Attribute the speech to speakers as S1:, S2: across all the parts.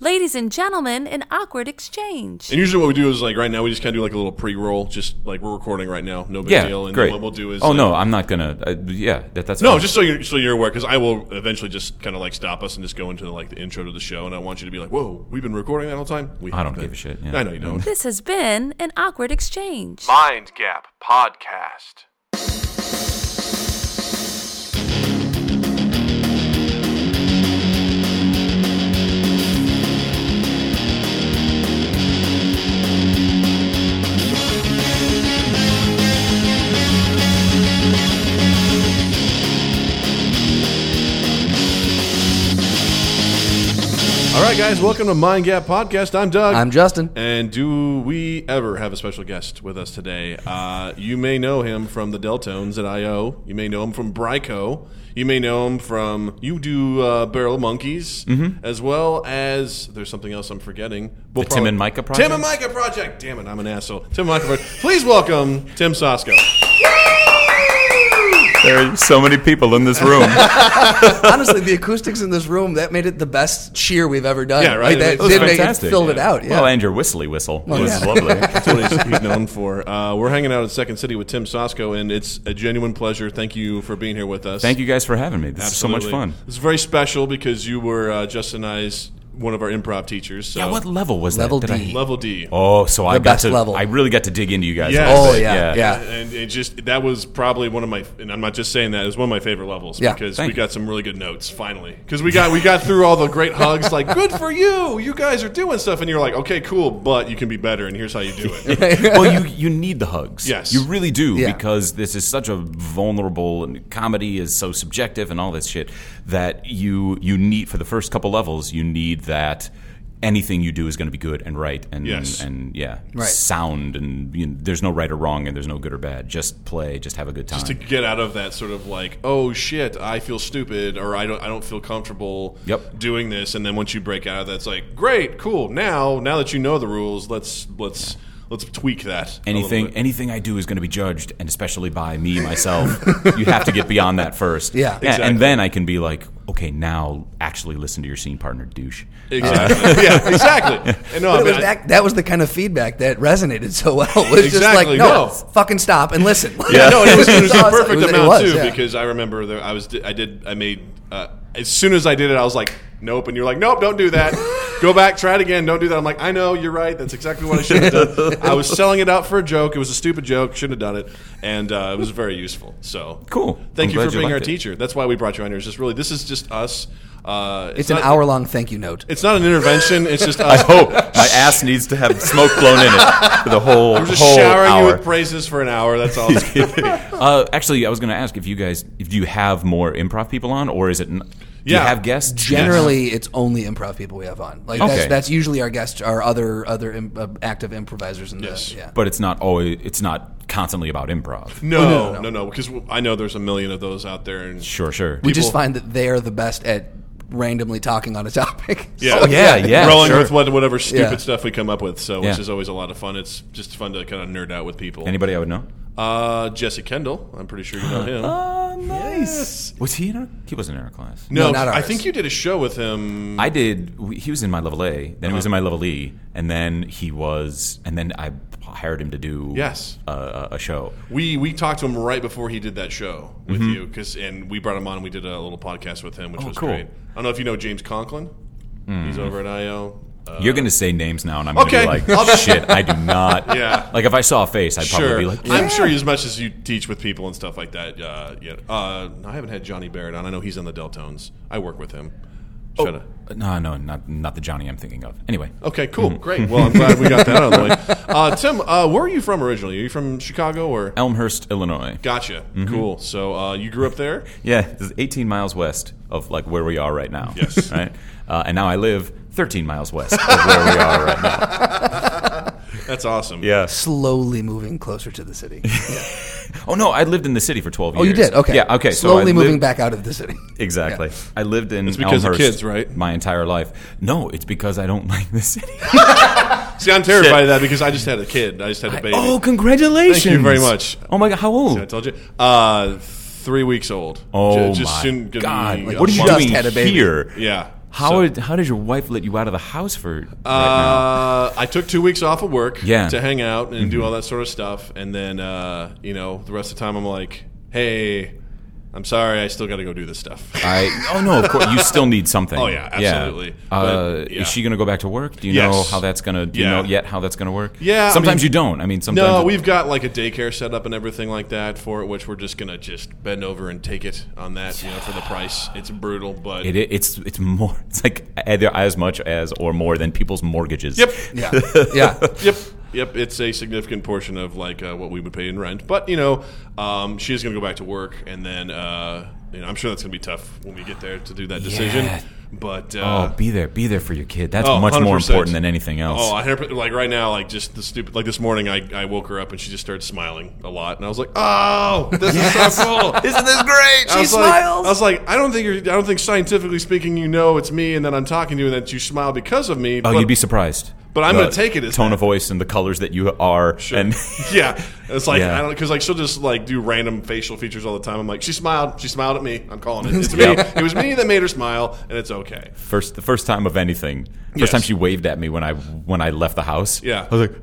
S1: Ladies and gentlemen, an awkward exchange.
S2: And usually what we do is like right now we just kind of do like a little pre-roll, just like we're recording right now, no big
S3: yeah,
S2: deal. And
S3: great.
S2: then what we'll do is
S3: oh
S2: like-
S3: no, I'm not gonna. Uh, yeah, that, that's
S2: no,
S3: fine.
S2: just so you're so you're aware because I will eventually just kind of like stop us and just go into like the intro to the show, and I want you to be like, "Whoa, we've been recording that whole time." We
S3: I don't
S2: haven't.
S3: give a shit, yeah.
S2: I know you don't.
S1: This has been an awkward exchange.
S4: Mind Gap Podcast.
S2: All right, guys, welcome to Mind Gap Podcast. I'm Doug.
S5: I'm Justin.
S2: and do we ever have a special guest with us today? Uh, you may know him from the Deltones at I.O. You may know him from Bryco. You may know him from you do uh, Barrel of Monkeys, as well as there's something else I'm forgetting. We'll
S3: Mm-hmm. The Tim and Micah Project?
S2: Tim and Micah Project. Damn it, I'm an asshole. Tim and Micah Project. Please welcome Tim Sasko.
S3: there are so many people in this room.
S5: Honestly, the acoustics in this room that made it the best cheer we've ever done.
S2: Yeah, right?
S5: Like, that
S2: It was
S5: did make it
S3: Fantastic.
S5: filled it out. Yeah.
S3: Well, and your whistly whistle
S5: Well,
S3: was
S5: yeah.
S3: lovely.
S2: That's what he's, he's known for. Uh, we're hanging out at Second City with Tim Sasko, and it's a genuine pleasure. Thank you for being here with us.
S3: Thank you guys for having me. This is so
S2: Absolutely.
S3: much fun.
S2: It's very special because you were uh, Justin and I's one of our improv teachers. So
S3: Yeah, what level was
S5: Level
S3: that? Did I-
S5: D.
S2: level D?
S3: oh, so I
S5: The
S3: got
S5: best
S3: to.
S5: level.
S3: I really got to dig into you guys.
S2: Yes.
S3: a little
S5: oh
S3: bit.
S5: yeah, yeah.
S2: And it just that was probably one of my and I'm not just saying that it was one of my favorite levels
S5: Yeah,
S2: because
S3: thank
S2: we
S3: you.
S2: got some really good notes finally because we got we got through all the great hugs like good for you you guys are doing stuff and you're like okay cool but you can be better and here's how you do it
S3: well, you you need the hugs.
S2: Yes.
S3: you really do
S5: Yeah.
S3: because this is such a vulnerable and comedy is so subjective and all this shit that you you need for the first couple levels you need that anything you do is going to be good and right and
S2: Yes.
S3: and yeah
S5: Right.
S3: sound and you know, there's no right or wrong and there's no good or bad just play just have a good time
S2: to get out of that sort of like oh shit I feel stupid or I don't I don't feel comfortable
S3: Yep.
S2: doing this and then once you break out of that it's like great cool now now that you know the rules let's let's let's tweak that a little
S3: anything
S2: bit.
S3: anything I do is going to be judged, and especially by me myself. you have to get beyond that first.
S5: Yeah.
S3: A- and,
S2: Exactly.
S3: then I can be like, okay, now actually listen to your scene partner, douche.
S2: exactly
S3: Uh,
S2: yeah exactly and no, I
S5: But
S2: mean,
S5: it was
S2: I-
S5: that, that was the kind of feedback that resonated so well. It was
S2: Exactly,
S5: just like, no,
S2: no.
S5: fucking stop and listen.
S2: Yeah, no, it was, it was the
S5: awesome.
S2: perfect
S5: It was- it
S2: amount
S5: was,
S2: too
S5: yeah.
S2: because I remember there, I was I did I made uh, as soon as I did it I was like nope and you're like nope don't do that go back try it again don't do that I'm like I know you're right that's exactly what I should have done I was selling it out for a joke it was a stupid joke shouldn't have done it and uh, it was very useful so
S3: Cool.
S2: thank
S3: I'm
S2: you
S3: glad
S2: for
S3: you
S2: being our
S3: liked it.
S2: teacher that's why we brought you on here it's just really this is just us uh,
S5: it's an
S2: not-
S5: hour long thank you note.
S2: it's not an intervention it's just us
S3: Oh, my ass needs to have smoke blown in it for the whole
S2: we're just
S3: whole
S2: showering
S3: hour.
S2: you with praises for an hour that's all
S3: uh, actually, I was going to ask if you guys, if you have more improv people on, or is it? n- Do
S2: Yeah.
S3: you have guests?
S5: Generally, it's only improv people we have on. Like
S3: Okay.
S5: that's, that's usually our guests, our other other im- uh, active improvisers in
S2: Yes.
S5: the yeah.
S3: but it's not always. It's not constantly about improv.
S2: no no no because I know there's a million of those out there and
S3: Sure, sure.
S5: we just
S2: people-
S5: find that they are the best at randomly talking on a topic.
S2: Yeah.
S3: Oh, yeah, yeah,
S2: Rolling
S3: sure.
S2: with what, whatever stupid
S5: Yeah.
S2: stuff we come up with, so which
S3: Yeah.
S2: is always a lot of fun. It's just fun to kind of nerd out with people.
S3: Anybody I would know?
S2: Uh, Jesse Kendall, I'm pretty sure you know him.
S3: Uh, nice. Was he in our? He wasn't in our class.
S2: no,
S5: No, not
S2: I
S5: ours.
S2: think you did a show with him.
S3: I did. w- He was in my level A, then he was in my level E, and then he was, and then I hired him to do
S2: Yes.
S3: a- a, a show.
S2: We we talked to him right before he did that show with you, 'cause you, and we brought him on. and We did a little podcast with him, which was
S3: Mm-hmm. Oh, cool. Hmm.
S2: great. I don't know if you know James Conklin. He's over at IO. Uh,
S3: You're going to say names now, and I'm
S2: Okay.
S3: going to be
S2: I'll
S3: like,
S2: just-
S3: shit, I do not.
S2: Yeah.
S3: Like if I saw a face, I'd
S2: Sure,
S3: probably be like,
S2: I'm sure as much as you teach with people and stuff like that. Uh, yeah, uh, I haven't had Johnny Barrett on. I know he's on the Deltones. I work with him.
S3: Oh,
S2: Trying to-
S3: no, no, not not the Johnny I'm thinking of. Anyway,
S2: Okay, cool,
S3: Hmm.
S2: great. Well, I'm glad we got that out of the way. Uh, Tim, uh, where are you from originally? Are you from Chicago or?
S3: Elmhurst, Illinois.
S2: Gotcha.
S3: Mm-hmm.
S2: Cool. So uh, you grew up there.
S3: Yeah, this is 18 miles west of like where we are right now.
S2: Yes.
S3: Right. Uh, and now I live 13 miles west of where we are right now.
S2: That's awesome.
S5: slowly moving closer to the city.
S3: Oh no, I lived in the city for 12
S5: Oh,
S3: years.
S5: you did? Okay.
S3: Yeah. Okay. so I
S5: Slowly moving
S3: lived-
S5: back out of the city.
S3: Exactly. I lived in
S2: It's because of
S3: Elmhurst
S2: kids, right?
S3: My entire life. No, it's because I don't like the city.
S2: See, I'm terrified of that because I just had a kid. I just had a baby.
S3: oh, congratulations!
S2: Thank you very much.
S3: Oh my god, how
S2: I
S3: old?
S2: told you. Uh, three weeks old.
S3: Oh
S2: Ju-
S3: my
S2: soon gonna
S3: god!
S2: be
S3: Oh Like,
S2: a
S3: what are you
S2: month.
S5: just
S3: doing
S5: had a baby.
S3: here?
S2: Yeah.
S3: How
S2: So-
S3: would- how did your wife let you out of the house for right now?
S2: Uh, I took two weeks off of work
S3: Yeah. Mm-hmm.
S2: to hang out and do all that sort of stuff, and then uh, you know the rest of the time I'm like, hey, I'm sorry, I still got to go do this stuff.
S3: I oh no, of course you still need something.
S2: Oh, yeah, absolutely.
S3: Uh,
S2: But, yeah.
S3: Is she going to go back to work? Do you know
S2: Yes.
S3: how that's going to? Do
S2: Yeah.
S3: you know yet how that's going to work?
S2: Yeah, I
S3: Sometimes
S2: mean-
S3: you don't. I mean, sometimes
S2: no,
S3: it-
S2: we've got like a daycare set up and everything like that for it, which we're just gonna just bend over and take it on that, you know, for the price. It's brutal, but
S3: It, it's it's more. It's like either as much as or more than people's mortgages.
S2: yep,
S5: Yeah. Yeah.
S2: yep, yep. It's a significant portion of like uh, what we would pay in rent. But you know, um, she's gonna go back to work, and then uh, you know, I'm sure that's gonna be tough when we get there to do that decision.
S3: Yeah.
S2: But
S3: Oh,
S2: uh,
S3: be there, be there for your kid. That's
S2: Oh,
S3: much more
S2: 100%.
S3: important than anything else.
S2: Oh, I hear, like right now, like just the stupid, like this morning, I, I woke her up and she just started smiling a lot, and I was like, "Oh, this is so cool! Isn't this great?" She I was
S5: smiles.
S2: Like, I was like, "I don't think you're, I don't think scientifically speaking, you know, it's me, and then I'm talking to you, and that you smile because of me."
S3: oh,
S2: but-
S3: you'd be surprised.
S2: but I'm
S3: The
S2: gonna take it as
S3: tone
S2: that.
S3: of voice and the colors that you are. And
S2: yeah, it's like
S3: Yeah.
S2: I don't because like she'll just like do random facial features all the time. I'm like, she smiled, she smiled at me. I'm calling it. It's me.
S3: Yeah.
S2: It was me that made her smile, and it's okay.
S3: first, the first time of anything, first
S2: Yes.
S3: time she waved at me when I when I left the house.
S2: Yeah.
S3: I was like,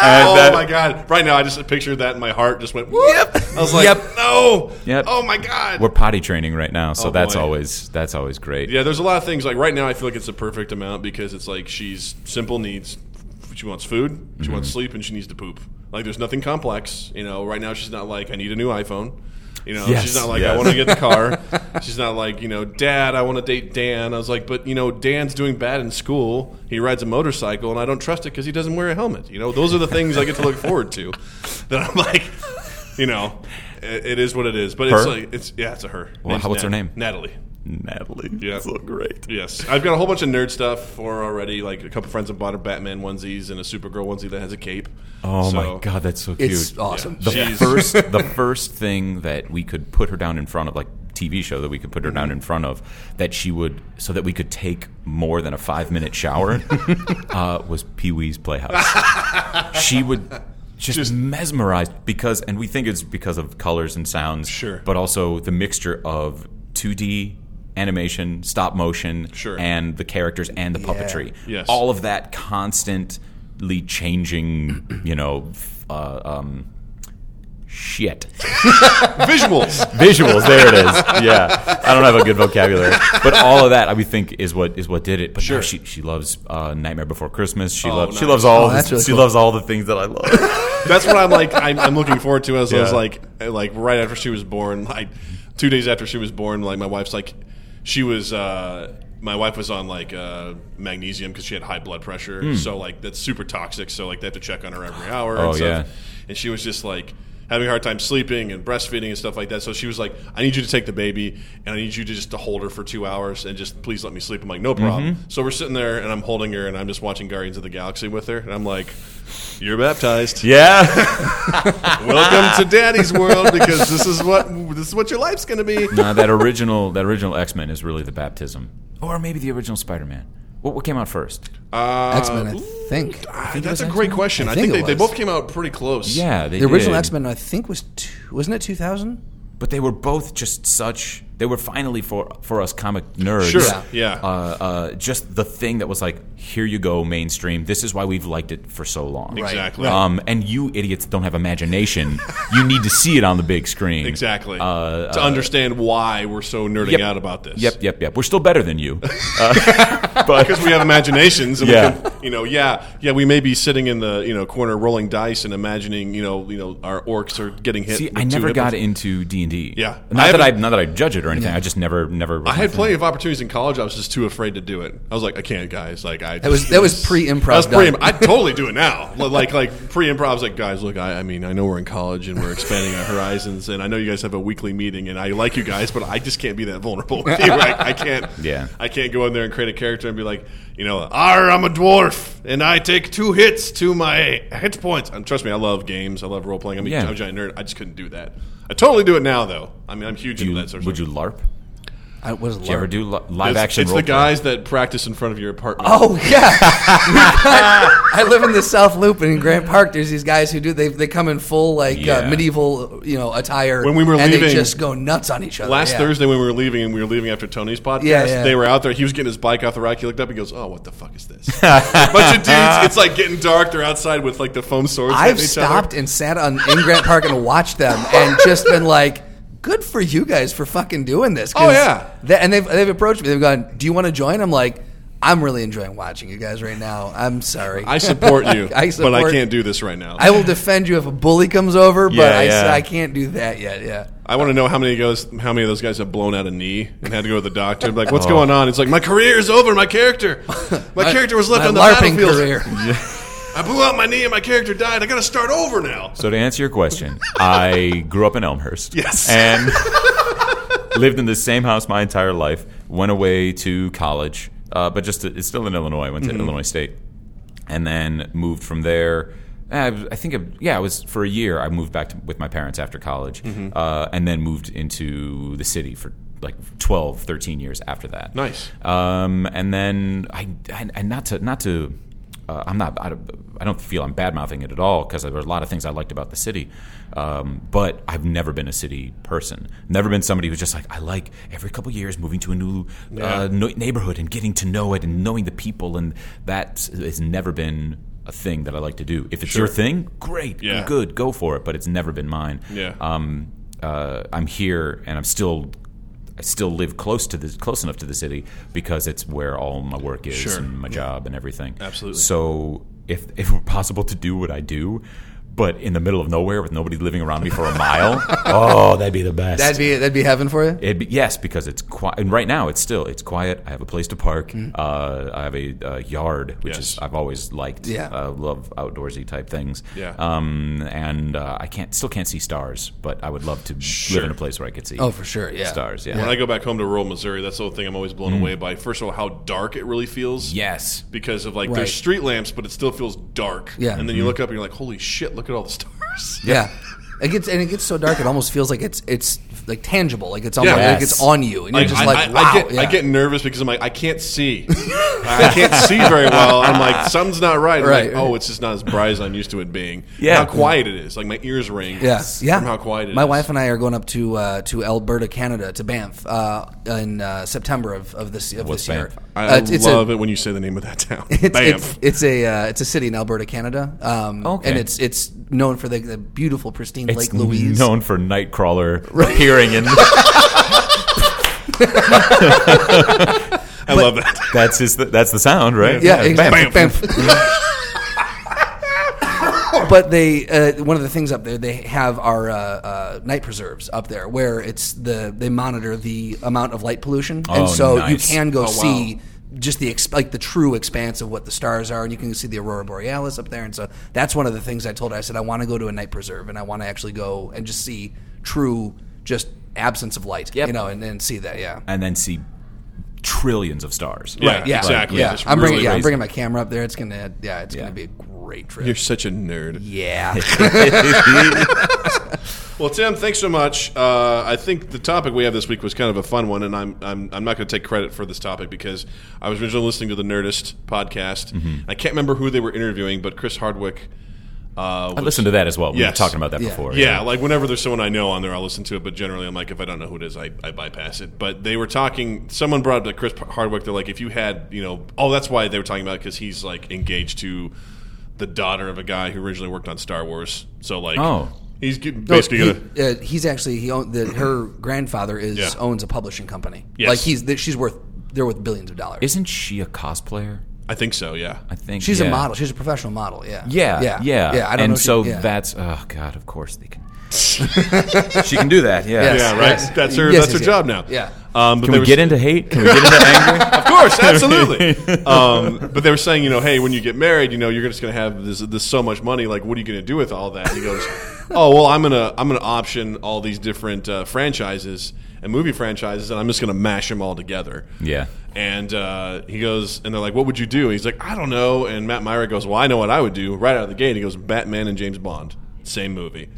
S2: oh my god! Right now, I just pictured that in my heart. Just went. Whoop.
S3: Yep.
S2: I was like,
S3: Yep.
S2: no.
S3: Yep.
S2: Oh my god.
S3: we're potty training right now, so
S2: Oh,
S3: that's
S2: boy.
S3: always that's always great.
S2: Yeah, there's a lot of things like right now. I feel like it's the perfect amount because it's like she's simple needs. She wants food, she
S3: Mm-hmm.
S2: wants sleep, and she needs to poop. Like there's nothing complex. You know, right now she's not like I need a new iPhone. You know,
S3: Yes,
S2: she's not like I
S3: yes.
S2: want to get the car. she's not like you know, Dad, I want to date Dan. I was like, but you know, Dan's doing bad in school. He rides a motorcycle, and I don't trust it because he doesn't wear a helmet. You know, those are the things I get to look forward to. That I'm like, you know, it, it is what it is. But it's
S3: Her?
S2: like it's yeah, it's a her.
S3: Well,
S2: Name's
S3: how- what's her
S2: Nat-
S3: name?
S2: Natalie.
S3: Natalie,
S2: Yeah.
S3: so great.
S2: Yes, I've got a whole bunch of nerd stuff for her already. Like a couple friends have bought her Batman onesies and a Supergirl onesie that has a cape.
S3: Oh
S2: So-
S3: my god, that's so cute.
S5: It's awesome.
S2: Yeah.
S3: the
S2: Jeez.
S3: first the first thing that we could put her down in front of like TV show that we could put her
S2: Mm-hmm.
S3: down in front of that she would so that we could take more than a five minute shower uh, was Pee Wee's Playhouse. she would just, mesmerized because and we think it's because of colors and sounds,
S2: Sure.
S3: but also the mixture of 2D animation, stop motion,
S2: Sure.
S3: and the characters and the puppetry.
S2: Yes.
S3: All of that constantly changing, you know, f- uh, um, shit.
S2: Visuals.
S3: Visuals, there it is. Yeah, I don't have a good vocabulary, but all of that I would think is what is what did it. But
S2: Sure.
S3: no, she she loves uh, Nightmare Before Christmas. She
S2: Oh,
S3: loves she
S2: nice.
S3: loves all
S5: Oh, that's really
S3: she
S5: cool.
S3: loves all the things that I love.
S2: That's what I'm like. I'm, I'm looking forward to. As I was
S3: Yeah.
S2: like, like right after she was born, like two days after she was born, like my wife's like, she was. uh my wife was on like uh, magnesium because she had high blood pressure, so like that's super toxic. So like they have to check on her every hour.
S3: Hmm. Oh,
S2: and stuff.
S3: yeah.
S2: and she was just like having a hard time sleeping and breastfeeding and stuff like that. So she was like, "I need you to take the baby and I need you to just to hold her for two hours and just please let me sleep." I'm like, "No problem."
S3: Mm-hmm.
S2: So we're sitting there and I'm holding her and I'm just watching Guardians of the Galaxy with her and I'm like, "You're baptized.
S3: Yeah, Ah.
S2: Welcome to Daddy's world because this is what this is what your life's going to be."
S3: Nah, Uh, that original that original X Men is really the baptism, or maybe the original Spider Man. What, what came out first?
S5: X Men, I think.
S2: Ah,
S3: think it
S2: That's
S3: was
S2: a
S3: X-Men?
S2: great question.
S5: I
S2: I
S5: think
S2: think,
S5: it
S2: they, they
S5: was.
S2: both came out pretty close.
S3: Yeah, they
S5: The original
S3: did.
S5: X Men, I think, was two, wasn't it two thousand?
S3: but they were both just such they were finally for for us comic nerds
S2: Sure.
S5: Yeah.
S2: Yeah.
S3: Uh, uh, just the thing that was like here you go mainstream this is why we've liked it for so long
S2: Exactly.
S3: um, and you idiots don't have imagination you need to see it on the big screen
S2: Exactly. to understand why we're so nerding
S3: Uh, Yep.
S2: out about this.
S3: yep yep yep we're still better than you
S2: because we have imaginations and
S3: Yeah.
S2: we can, you know yeah yeah we may be sitting in the you know corner rolling dice and imagining you know you know our orcs are getting hit
S3: see
S2: with
S3: I
S2: two
S3: never got
S2: hippos.
S3: into D and D
S2: Yeah. I
S3: not that I
S2: haven't- Mm-hmm.
S3: not that I judge it or anything I just never never
S2: I had plenty of opportunities in college I was just too afraid to do it I was like I can't guys like I
S5: That was that was pre
S2: I was
S5: improv.
S2: pre I totally do it now Li- like like pre improv I was like guys look I, I mean I know we're in college and we're expanding our horizons and I know you guys have a weekly meeting and I like you guys but I just can't be that vulnerable with you I, I can't
S3: Yeah.
S2: I can't go in there and create a character and be like, you know, "Arr, I'm a dwarf and I take two hits to my hit points. And trust me, I love games. I love role playing. I'm, a-
S3: Yeah.
S2: I'm a giant nerd. I just couldn't do that. I totally do it now, though. I mean, I'm huge into
S3: you,
S2: that sort of
S3: would you
S2: stuff.
S3: LARP
S5: I was
S3: Did you ever do li- live
S2: It's,
S3: action
S2: it's
S3: role
S2: the
S3: play?
S2: guys that practice in front of your apartment.
S5: Oh yeah, I live in the South Loop, and in Grant Park, there's these guys who do they they come in full like
S3: Yeah.
S5: uh, medieval you know attire.
S2: When we were
S5: and they
S2: leaving-
S5: just go nuts on each other.
S2: Last
S5: yeah.
S2: Thursday when we were leaving, and we were leaving after Tony's podcast,
S5: Yeah, yeah.
S2: they were out there. He was getting his bike off the rack. He looked up and goes, "Oh, what the fuck is this?" Bunch of dudes. It's like getting dark. They're outside with like the foam swords.
S5: I've
S2: hitting each
S5: stopped
S2: Other.
S5: and sat on in Grant Park and watched them, and just been like. Good for you guys for fucking doing this. 'cause
S2: Oh, yeah.
S5: that- and they've they've approached me. They've gone, "Do you want to join?" I'm like, "I'm really enjoying watching you guys right now. I'm sorry.
S2: I support you, but
S5: I
S2: I
S5: support-
S2: can't do this right now.
S5: I will defend you if a bully comes over, but
S3: Yeah,
S5: I, s-
S3: yeah.
S5: I can't do that yet. Yeah.
S2: I want to know how many goes, how many of those guys have blown out a knee and had to go to the doctor. Like, what's going on? It's like my career is over. My character, my, character was left
S5: My
S2: on the
S5: LARPing
S2: battlefield.
S5: career.
S2: I blew out my knee and my character died. I got to start over now.
S3: So to answer your question, I grew up in Elmhurst.
S2: Yes.
S3: And lived in the same house my entire life. Went away to college, uh, but just it's still in Illinois. Went to
S2: Mm-hmm.
S3: Illinois State, and then moved from there. eh, I think it- yeah, it was for a year. I moved back to, with my parents after college,
S2: Mm-hmm.
S3: uh, and then moved into the city for like 12, 13 years after that.
S2: Nice.
S3: Um, and then I, I, and not to, not to, uh, I'm not, I, don't- I don't feel I'm bad mouthing it at all because there are a lot of things I liked about the city. Um, but I've never been a city person. Never been somebody who's just like, I like every couple years moving to a new uh, no- neighborhood and getting to know it and knowing the people. And that has never been a thing that I like to do. If it's your thing, great,
S2: Yeah.
S3: good, go for it. But it's never been mine
S2: Yeah.
S3: um, uh, I'm here and I'm still I still live close to this close enough to the city because it's where all my work is
S2: Sure.
S3: and my job and everything.
S2: Absolutely.
S3: So if if it were possible to do what I do, but in the middle of nowhere with nobody living around me for a mile, oh, that'd be the best.
S5: That'd be that'd be heaven for you.
S3: It'd be, yes, because it's quiet. And right now, it's still it's quiet. I have a place to park.
S5: Mm-hmm.
S3: Uh, I have a uh, yard, which
S2: Yes.
S3: is I've always liked.
S5: Yeah.
S3: uh, love outdoorsy type things.
S2: Yeah.
S3: Um, and uh, I can't still can't see stars, but I would love to live in a place where I could see.
S5: Oh, for sure. Yeah. Mm.
S3: stars. Yeah.
S2: When I go back home to rural Missouri, that's the whole thing I'm always blown away by. First of all, how dark it really feels.
S3: yes.
S2: Because of like
S5: Right.
S2: there's street lamps, but it still feels dark.
S5: Yeah. Mm-hmm.
S2: And then you look up and you're like, holy shit, look at all the stars.
S5: Yeah. It gets and it gets so dark it almost feels like it's it's like tangible, like it's almost
S2: Yeah.
S5: like it's on you, and you're
S2: Like,
S5: just
S2: I,
S5: like
S2: I-
S5: wow.
S2: I get,
S5: yeah.
S2: I get nervous because I'm like, I can't see. I can't see very well. I'm like, something's not right. I'm
S5: Right,
S2: like,
S5: right.
S2: oh, it's just not as bright as I'm used to it being.
S3: Yeah.
S2: How quiet it is. Like my ears ring.
S5: yeah, yeah.
S2: From how quiet it is.
S5: My wife and I are going up to uh, to Alberta, Canada, to Banff uh, in uh, September of, of this of
S3: What's
S5: this year.
S3: Banff?
S2: I
S5: Uh, it's- it's a-
S2: love it when you say the name of that town.
S5: It's,
S2: Bam.
S5: it's it's a uh, it's a city in Alberta, Canada. Um,
S3: Okay.
S5: and it's it's known for the, the beautiful, pristine
S3: It's
S5: Lake Louise.
S3: known for Nightcrawler appearing in.
S2: I love that.
S3: that's his. That's the sound, right?
S5: Yeah,
S3: bam.
S5: exactly. Banff. but they uh, one of the things up there they have are uh, uh, night preserves up there where it's the they monitor the amount of light pollution,
S3: Oh,
S5: and so you
S3: nice.
S5: can go
S2: wow.
S5: see. Just the ex- like the true expanse of what the stars are, and you can see the aurora borealis up there, and so that's one of the things I told her. I said I want to go to a night preserve, and I want to actually go and just see true, just absence of light,
S3: Yep.
S5: you know, and, and see that, yeah.
S3: And then see trillions of stars.
S2: Yeah,
S5: Yeah,
S2: exactly.
S5: Yeah,
S2: It's
S5: I'm bringing.
S2: really
S5: Yeah, I'm
S2: crazy.
S5: bringing my camera up there. It's gonna. Yeah, it's
S3: Yeah.
S5: gonna be a great trip.
S2: You're such a nerd.
S5: yeah.
S2: Well, Tim, thanks so much. Uh, I think the topic we have this week was kind of a fun one, and I'm I'm, I'm not going to take credit for this topic because I was originally listening to the Nerdist podcast. I can't remember who they were interviewing, but Chris Hardwick. Uh,
S3: I
S2: was-
S3: listened to that as well. We were
S2: Yes.
S3: talking about that
S5: Yeah.
S3: before.
S2: Yeah, like whenever there's someone I know on there, I'll listen to it. But generally, I'm like, if I don't know who it is, I, I bypass it. But they were talking. Someone brought up like Chris Hardwick. They're like, if you had, you know, oh, that's why they were talking about because he's like engaged to the daughter of a guy who originally worked on Star Wars. So like,
S3: Oh.
S2: he's g- basically
S5: Basically,
S2: gonna.
S5: he, uh, he's actually he owned the, her grandfather is
S2: Yeah.
S5: owns a publishing company.
S2: Yes.
S5: Like he's that she's worth they're worth billions of dollars.
S3: Isn't she a cosplayer?
S2: I think so. Yeah.
S3: I think
S5: she's a
S3: yeah.
S5: model. She's a professional model. Yeah.
S3: Yeah, yeah,
S5: Yeah. I don't
S3: and
S5: know. if she-
S3: so
S5: yeah.
S3: that's oh god, of course they can. she can do that. Yeah.
S5: Yes.
S2: Yeah, right.
S5: Yes.
S2: That's her.
S5: Yes,
S2: that's
S5: yes,
S2: her
S5: yes.
S2: job now.
S5: Yeah.
S2: Um, but
S3: Can
S2: they
S3: we
S2: were
S3: get
S2: s-
S3: into hate? Can we get into anger?
S2: Of course, absolutely. um, but they were saying, you know, hey, when you get married, you know, you're just going to have this, this so much money. Like, what are you going to do with all that? And he goes, oh, well, I'm gonna I'm gonna option all these different uh, franchises and movie franchises, and I'm just going to mash them all together.
S3: yeah.
S2: And uh, he goes, and they're like, "What would you do?" And he's like, "I don't know." And Matt Myra goes, "Well, I know what I would do right out of the gate." He goes, "Batman and James Bond, same movie."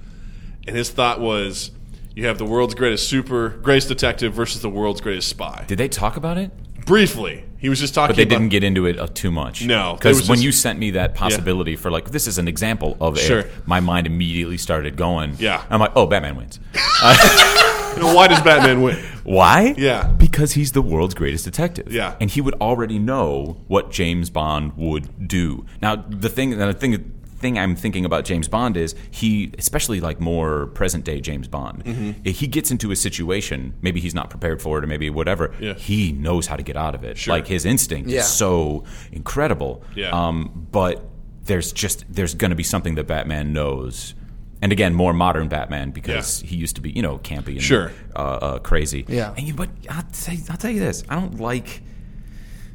S2: And his thought was, "You You have the world's greatest super greatest detective versus the world's greatest spy.
S3: Did they talk about it?
S2: Briefly, he was just talking.
S3: But they
S2: about,
S3: didn't get into it uh, too much.
S2: No, there
S3: because
S2: was
S3: when
S2: just-
S3: you sent me that possibility for like this is an example of it,
S2: Sure.
S3: my mind immediately started going.
S2: Yeah.
S3: I'm like, oh, Batman wins.
S2: You know, why does Batman win?
S3: Why?
S2: Yeah.
S3: Because he's the world's greatest detective.
S2: Yeah.
S3: And he would already know what James Bond would do. Now, the thing, the thing, thing I'm thinking about James Bond is he, especially like more present day James Bond,
S2: Mm-hmm.
S3: if he gets into a situation, maybe he's not prepared for it or maybe whatever,
S2: Yeah.
S3: he knows how to get out of it.
S2: Sure.
S3: Like his instinct
S5: Yeah.
S3: is so incredible.
S2: Yeah.
S3: Um, but there's just, there's going to be something that Batman knows. And again, more modern Batman because he used to be, you know, campy and
S2: Sure.
S3: uh, uh, crazy.
S5: Yeah.
S3: And you, but I'll, say, I'll tell you this: I don't like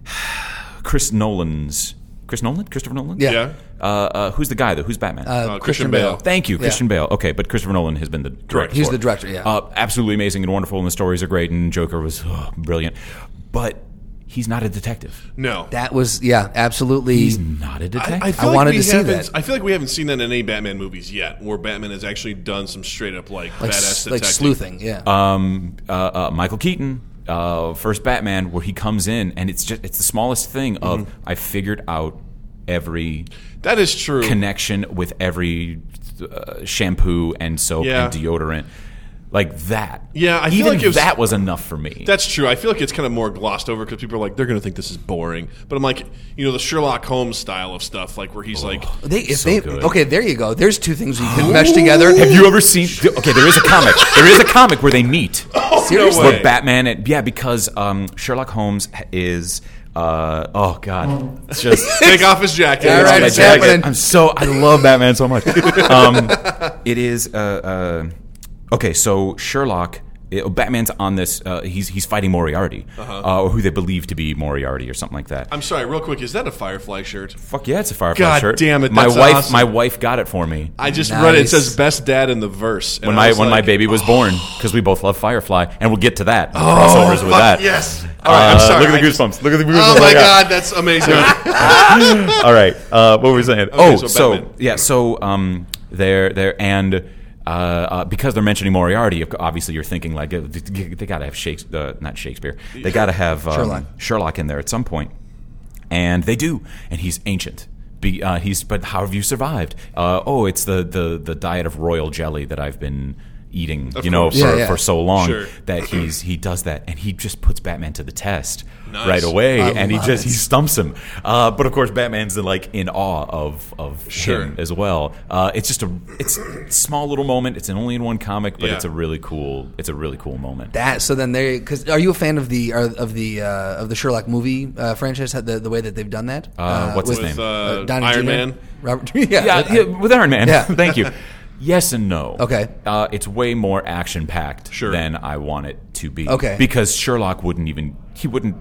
S3: Chris Nolan's Chris Nolan, Christopher Nolan.
S5: Yeah.
S2: Yeah,
S3: Uh, uh, who's the guy though? Who's Batman? Oh,
S5: Uh,
S2: Christian Bale.
S3: Thank you,
S5: Yeah.
S3: Christian Bale. Okay, but Christopher Nolan has been the director.
S5: He's
S3: for
S5: the
S3: it.
S5: director, yeah.
S3: Uh, absolutely amazing and wonderful, and the stories are great, and Joker was oh, brilliant, but he's not a detective.
S2: no.
S5: That was yeah, absolutely.
S3: He's not a detective.
S2: I, I, feel like
S5: wanted
S2: we
S5: to see
S2: haven't-
S5: that.
S2: I feel like we haven't seen that in any Batman movies yet, where Batman has actually done some straight up like,
S5: like,
S2: badass
S5: s- like
S2: detective.
S5: sleuthing, yeah.
S3: um, uh, uh, Michael Keaton, uh, first Batman, where he comes in and it's just it's the smallest thing of
S5: Mm-hmm.
S3: I figured out every
S2: That is true.
S3: connection with every uh, shampoo and soap
S2: Yeah.
S3: and deodorant. Like that.
S2: Yeah, I
S3: Even
S2: feel like it was-
S3: that was enough for me.
S2: That's true. I feel like it's kind of more glossed over because people are like, they're going to think this is boring. But I'm like, you know, the Sherlock Holmes style of stuff, like where he's like,
S5: they if
S3: so
S5: they
S3: good.
S5: okay, there you go. There's two things you can mesh together.
S3: Have you ever seen? Okay, there is a comic. There is a comic where they meet.
S5: Seriously?
S3: where
S2: way.
S3: Batman and yeah, because um, Sherlock Holmes is. Uh, oh God,
S2: Mm.
S3: it's just
S2: take off his jacket.
S5: All
S3: It's
S5: right,
S3: my
S5: it's
S3: jacket.
S5: happening.
S3: I'm so I love Batman so much. Um, it is uh, uh, okay. So Sherlock, it- oh, Batman's on this. Uh, he's he's fighting Moriarty, uh, or who they believe to be Moriarty, or something like that.
S2: Uh-huh. I'm sorry, real quick. Is that a Firefly shirt?
S3: Fuck yeah, it's a Firefly
S2: God
S3: shirt.
S2: damn it,
S3: My
S2: that's
S3: wife,
S2: awesome.
S3: my wife got it for me.
S2: I just read it. It
S5: Nice.
S2: says best dad in the verse. and
S3: when
S2: I
S3: my
S2: was
S3: when my
S2: like, oh.
S3: baby was born, because we both love Firefly, and we'll get to that. Oh, crossovers with
S2: fuck
S3: that.
S2: Yes. All right, I'm
S3: Uh,
S2: sorry.
S3: Look at
S2: I
S3: the
S2: just-
S3: goosebumps. Look at the goosebumps.
S2: Oh
S3: I
S2: my
S3: got.
S2: god, that's amazing.
S3: All right. Uh, what were we saying? oh,
S2: so
S3: so,
S2: Batman.
S3: yeah. So um, they're they're and. Uh, uh, because they're mentioning Moriarty, of- obviously you're thinking like uh, they, they gotta have Shakespeare, uh, not Shakespeare. They gotta have um,
S5: Sherlock.
S3: Sherlock in there at some point, and they do. And he's ancient. Be, uh, he's but how have you survived? Uh, oh, it's the, the the diet of royal jelly that I've been eating, you know,
S2: course.
S3: for,
S5: Yeah, yeah.
S3: for so long
S2: Sure.
S3: that he's he does that, and he just puts Batman to the test
S2: Nice.
S3: right away,
S5: I
S3: and he
S5: love
S3: just
S5: it.
S3: he stumps him. Uh, but of course, Batman's like in awe of of
S2: Sure.
S3: him as well. Uh, it's just a it's a small little moment. It's only in one comic, but
S2: Yeah.
S3: it's a really cool it's a really cool moment.
S5: that so then they because are you a fan of the are, of the uh, of the Sherlock movie uh, franchise the, the way that they've done that? Uh,
S3: what's his
S2: With
S3: name?
S2: uh,
S5: Donnie
S2: Iron
S5: Jr.?
S2: Man.
S5: Robert. Yeah,
S3: yeah, yeah, with Iron Man.
S5: Yeah.
S3: Thank you. Yes and no.
S5: Okay.
S3: Uh, it's way more action packed
S2: Sure.
S3: than I want it to be.
S5: Okay.
S3: Because Sherlock wouldn't even he wouldn't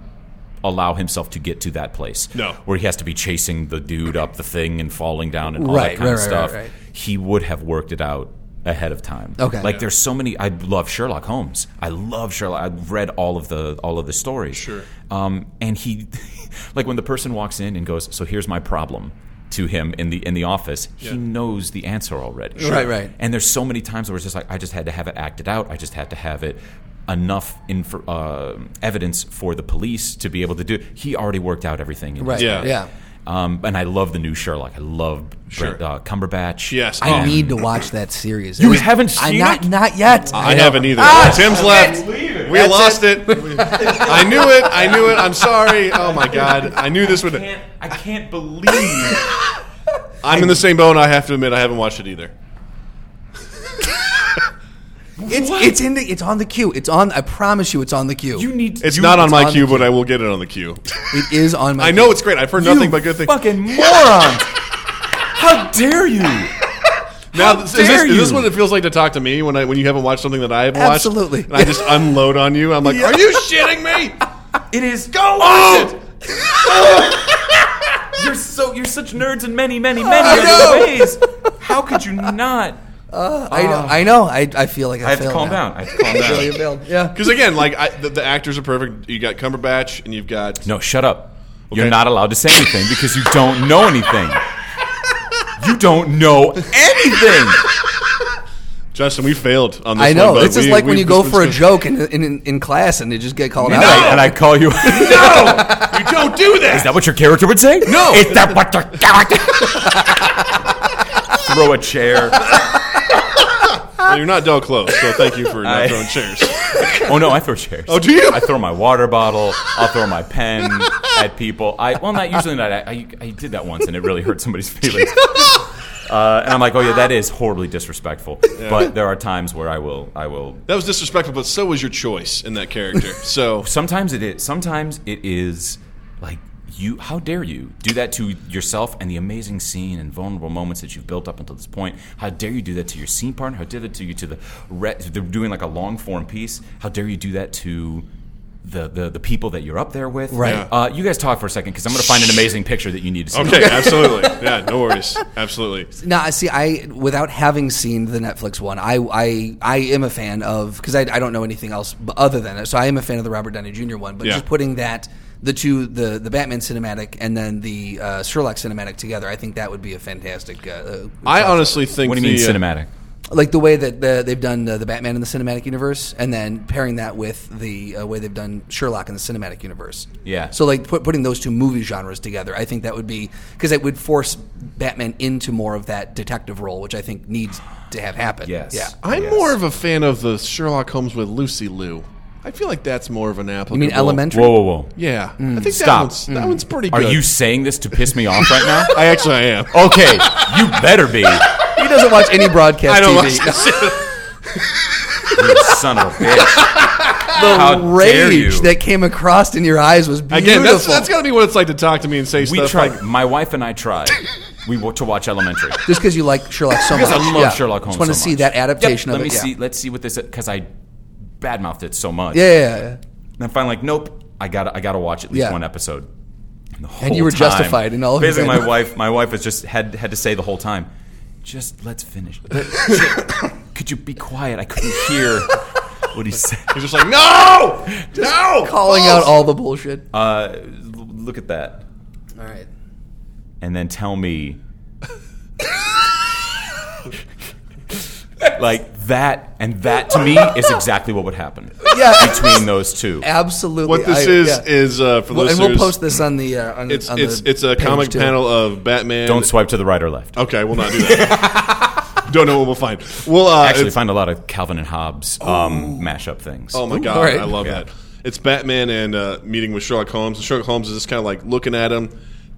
S3: allow himself to get to that place.
S2: No.
S3: Where he has to be chasing the dude up the thing and falling down and all
S5: Right,
S3: that kind
S5: right,
S3: of
S5: right,
S3: stuff.
S5: right, right.
S3: He would have worked it out ahead of time.
S5: Okay.
S3: Like
S5: Yeah.
S3: there's so many I love Sherlock Holmes. I love Sherlock. I've read all of the all of the stories.
S2: Sure.
S3: Um, and he, like, when the person walks in and goes, "So here's my problem," to him in the in the office,
S2: Yeah.
S3: he knows the answer already.
S5: Right, right.
S3: And there's so many times where it's just like, I just had to have it acted out. I just had to have it enough inf- uh, evidence for the police to be able to do. He already worked out everything. In
S5: right.
S2: Yeah.
S5: Yeah,
S3: Um, and I love the new Sherlock. I love
S2: Sure.
S3: Brent, uh, Cumberbatch.
S2: Yes.
S5: I
S2: Oh.
S5: need to watch that series.
S3: You haven't seen
S5: I, not,
S3: it?
S5: Not
S2: I,
S5: yet. know. Ah,
S2: haven't either. Tim's left. We
S5: That's
S2: lost it. I knew it. I knew it. I'm sorry. Oh my god. I knew this would.
S3: I can't believe.
S2: I'm in the same boat. and I have to admit, I haven't watched it either.
S5: It's it's in the it's on the queue. It's on. I promise you, it's on the queue.
S3: You need.
S2: It's
S3: you-
S2: not on my
S5: on
S2: queue,
S5: the
S2: but I will get it on the queue.
S5: it is on my.
S2: I know it's great. I've heard nothing but good things.
S3: Fucking morons! How dare you?
S2: Now, is this,
S3: dare
S2: is this
S3: you?
S2: what it feels like to talk to me when I when you haven't watched something that I have watched?
S5: Absolutely.
S2: And I just unload on you. I'm like, are you shitting me?
S3: It is. Go You're so you're such nerds in many, many, many other ways. How could you not?
S5: I know. I know. I, I feel like I,
S3: I have to
S5: failed
S3: calm
S5: now.
S3: down. I have to calm
S5: I feel like I
S3: down.
S5: failed. Yeah.
S2: Because again, like I, the, the actors are perfect. You got Cumberbatch, and you've got
S3: No, shut up.
S2: Okay.
S3: You're not allowed to say anything because you don't know anything. You don't know anything.
S2: Justin, we failed on this
S5: I know.
S2: one, but
S5: it's just
S2: we-
S5: like when
S2: we-
S5: you go
S2: this
S5: for a
S2: was-
S5: joke in, in, in class and you just get called
S3: And, I,
S5: out.
S3: and I call you. Is
S2: No, you don't do that.
S3: that what your character would say? No. Is that what your character? Throw a chair.
S2: Well, you're not Del Close, so thank you for not
S3: I-
S2: throwing chairs.
S3: Oh no, I throw chairs.
S2: Oh, do you?
S3: I throw my water bottle. I'll throw my pen at people. I well, not usually. Not I, I, I did that once, and it really hurt somebody's feelings. Uh, and I'm like, oh yeah, that is horribly disrespectful. But there are times where I will, I will.
S2: That was disrespectful, but so was your choice in that character. So
S3: Sometimes it is. Sometimes it is like you. How dare you do that to yourself and the amazing scene and vulnerable moments that you've built up until this point? How dare you do that to your scene partner? How dare that to you to the re- they're doing like a long form piece? How dare you do that to? The, the, the people that you're up there with.
S5: Right.
S3: Uh, you guys talk for a second because I'm going to find an amazing picture that you need to see.
S2: okay, absolutely, yeah, no worries, absolutely.
S5: No, I see. I without having seen the Netflix one, I I, I am a fan of because I, I don't know anything else b- other than it. So I am a fan of the Robert Downey Jr. one, but
S2: Yeah.
S5: just putting that the two the the Batman cinematic and then the uh, Sherlock cinematic together, I think that would be a fantastic. Uh, uh,
S2: I honestly think
S3: What do you mean
S2: the, uh,
S3: cinematic?
S5: like the way that the, they've done uh, the Batman in the cinematic universe, and then pairing that with the uh, way they've done Sherlock in the cinematic universe.
S3: Yeah.
S5: So like put, putting those two movie genres together, I think that would be because it would force Batman into more of that detective role, which I think needs to have happen.
S3: Yes.
S5: Yeah.
S2: I'm
S3: Yes.
S2: more of a fan of the Sherlock Holmes with Lucy Liu. I feel like that's more of an
S5: You
S2: applicable.
S5: mean elementary?
S3: Whoa, whoa, whoa.
S2: Yeah, I think that
S3: Stop.
S2: one's, that one's pretty
S3: Are
S2: good.
S3: you saying this to piss me off right now?
S2: I actually am.
S3: okay, you better be.
S5: He doesn't watch any broadcast
S2: I don't
S5: TV.
S2: watch this.
S3: You son of a bitch.
S5: The
S3: How
S5: rage
S3: dare you.
S5: that came across in your eyes was beautiful.
S2: Again, that's, that's got to be what it's like to talk to me and say
S3: we
S2: stuff
S3: tried.
S2: like,
S3: my wife and I tried. We wa- to watch Elementary.
S5: just because you like Sherlock so much.
S3: Because I love
S5: Yeah.
S3: Sherlock Holmes.
S5: Just want to
S3: so
S5: see
S3: much.
S5: that adaptation
S3: Yep,
S5: of
S3: let
S5: it.
S3: me
S5: yeah.
S3: see. Let's see what this because I badmouthed it so much.
S5: Yeah, yeah, yeah.
S3: And I'm finally like, nope. I got. to I got to watch at least
S5: Yeah.
S3: one episode. And, the
S5: And you
S3: whole
S5: were
S3: time-
S5: justified in all of your
S3: Basically, my
S5: bad-
S3: wife. My wife has just had had to say the whole time. Just let's finish. Could you be quiet? I couldn't hear what he said.
S2: he's just like, no, no,
S5: Calling out all the bullshit.
S3: Uh, l- look at that.
S5: all right.
S3: and then tell me like that and that to me is exactly what would happen
S5: Yeah.
S3: between those two
S5: Absolutely.
S2: What this
S5: I-
S2: is
S5: yeah.
S2: is uh, for
S5: Well,
S2: listeners.
S5: and we'll post this on the uh, on,
S2: It's
S5: on
S2: it's
S5: the
S2: it's a
S5: page,
S2: comic
S5: too.
S2: panel of Batman.
S3: don't swipe to the right or left
S2: Okay, we'll not do that. Don't know what we'll find. We'll uh,
S3: actually
S2: it's-
S3: find a lot of calvin and hobbes um, mashup things
S2: Oh my god,
S5: all right.
S2: I love
S3: Yeah.
S2: that. It's Batman and uh, meeting with Sherlock Holmes. And Sherlock Holmes is just kind of like looking at him,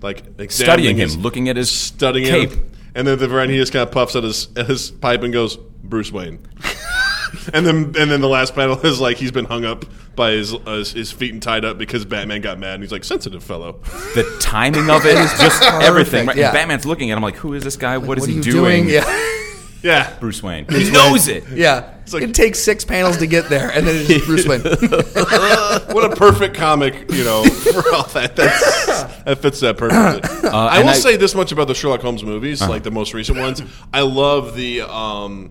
S2: like examining
S3: studying him
S2: his-
S3: looking at his
S2: studying
S3: cape
S2: him. And then at the very end, he just kind of puffs at his at his pipe and goes, "Bruce Wayne." and then and then the last panel is like he's been hung up by his uh, his- his feet and tied up because Batman got mad. And he's like, "Sensitive fellow."
S3: the timing of it is just everything right?
S5: yeah.
S3: and batman's looking at him like who is this guy what is
S5: What are
S3: he
S5: you
S3: doing,
S5: doing? Yeah,
S2: Yeah,
S3: bruce wayne he knows it
S5: yeah.
S2: like-
S5: it takes six panels to get there, and then it's just Bruce Wayne.
S2: what a perfect comic, you know, for all that. That's, that fits that perfectly. I
S3: and
S2: will
S3: I-
S2: say this much about the Sherlock Holmes movies, like the most recent ones. I love the. Um,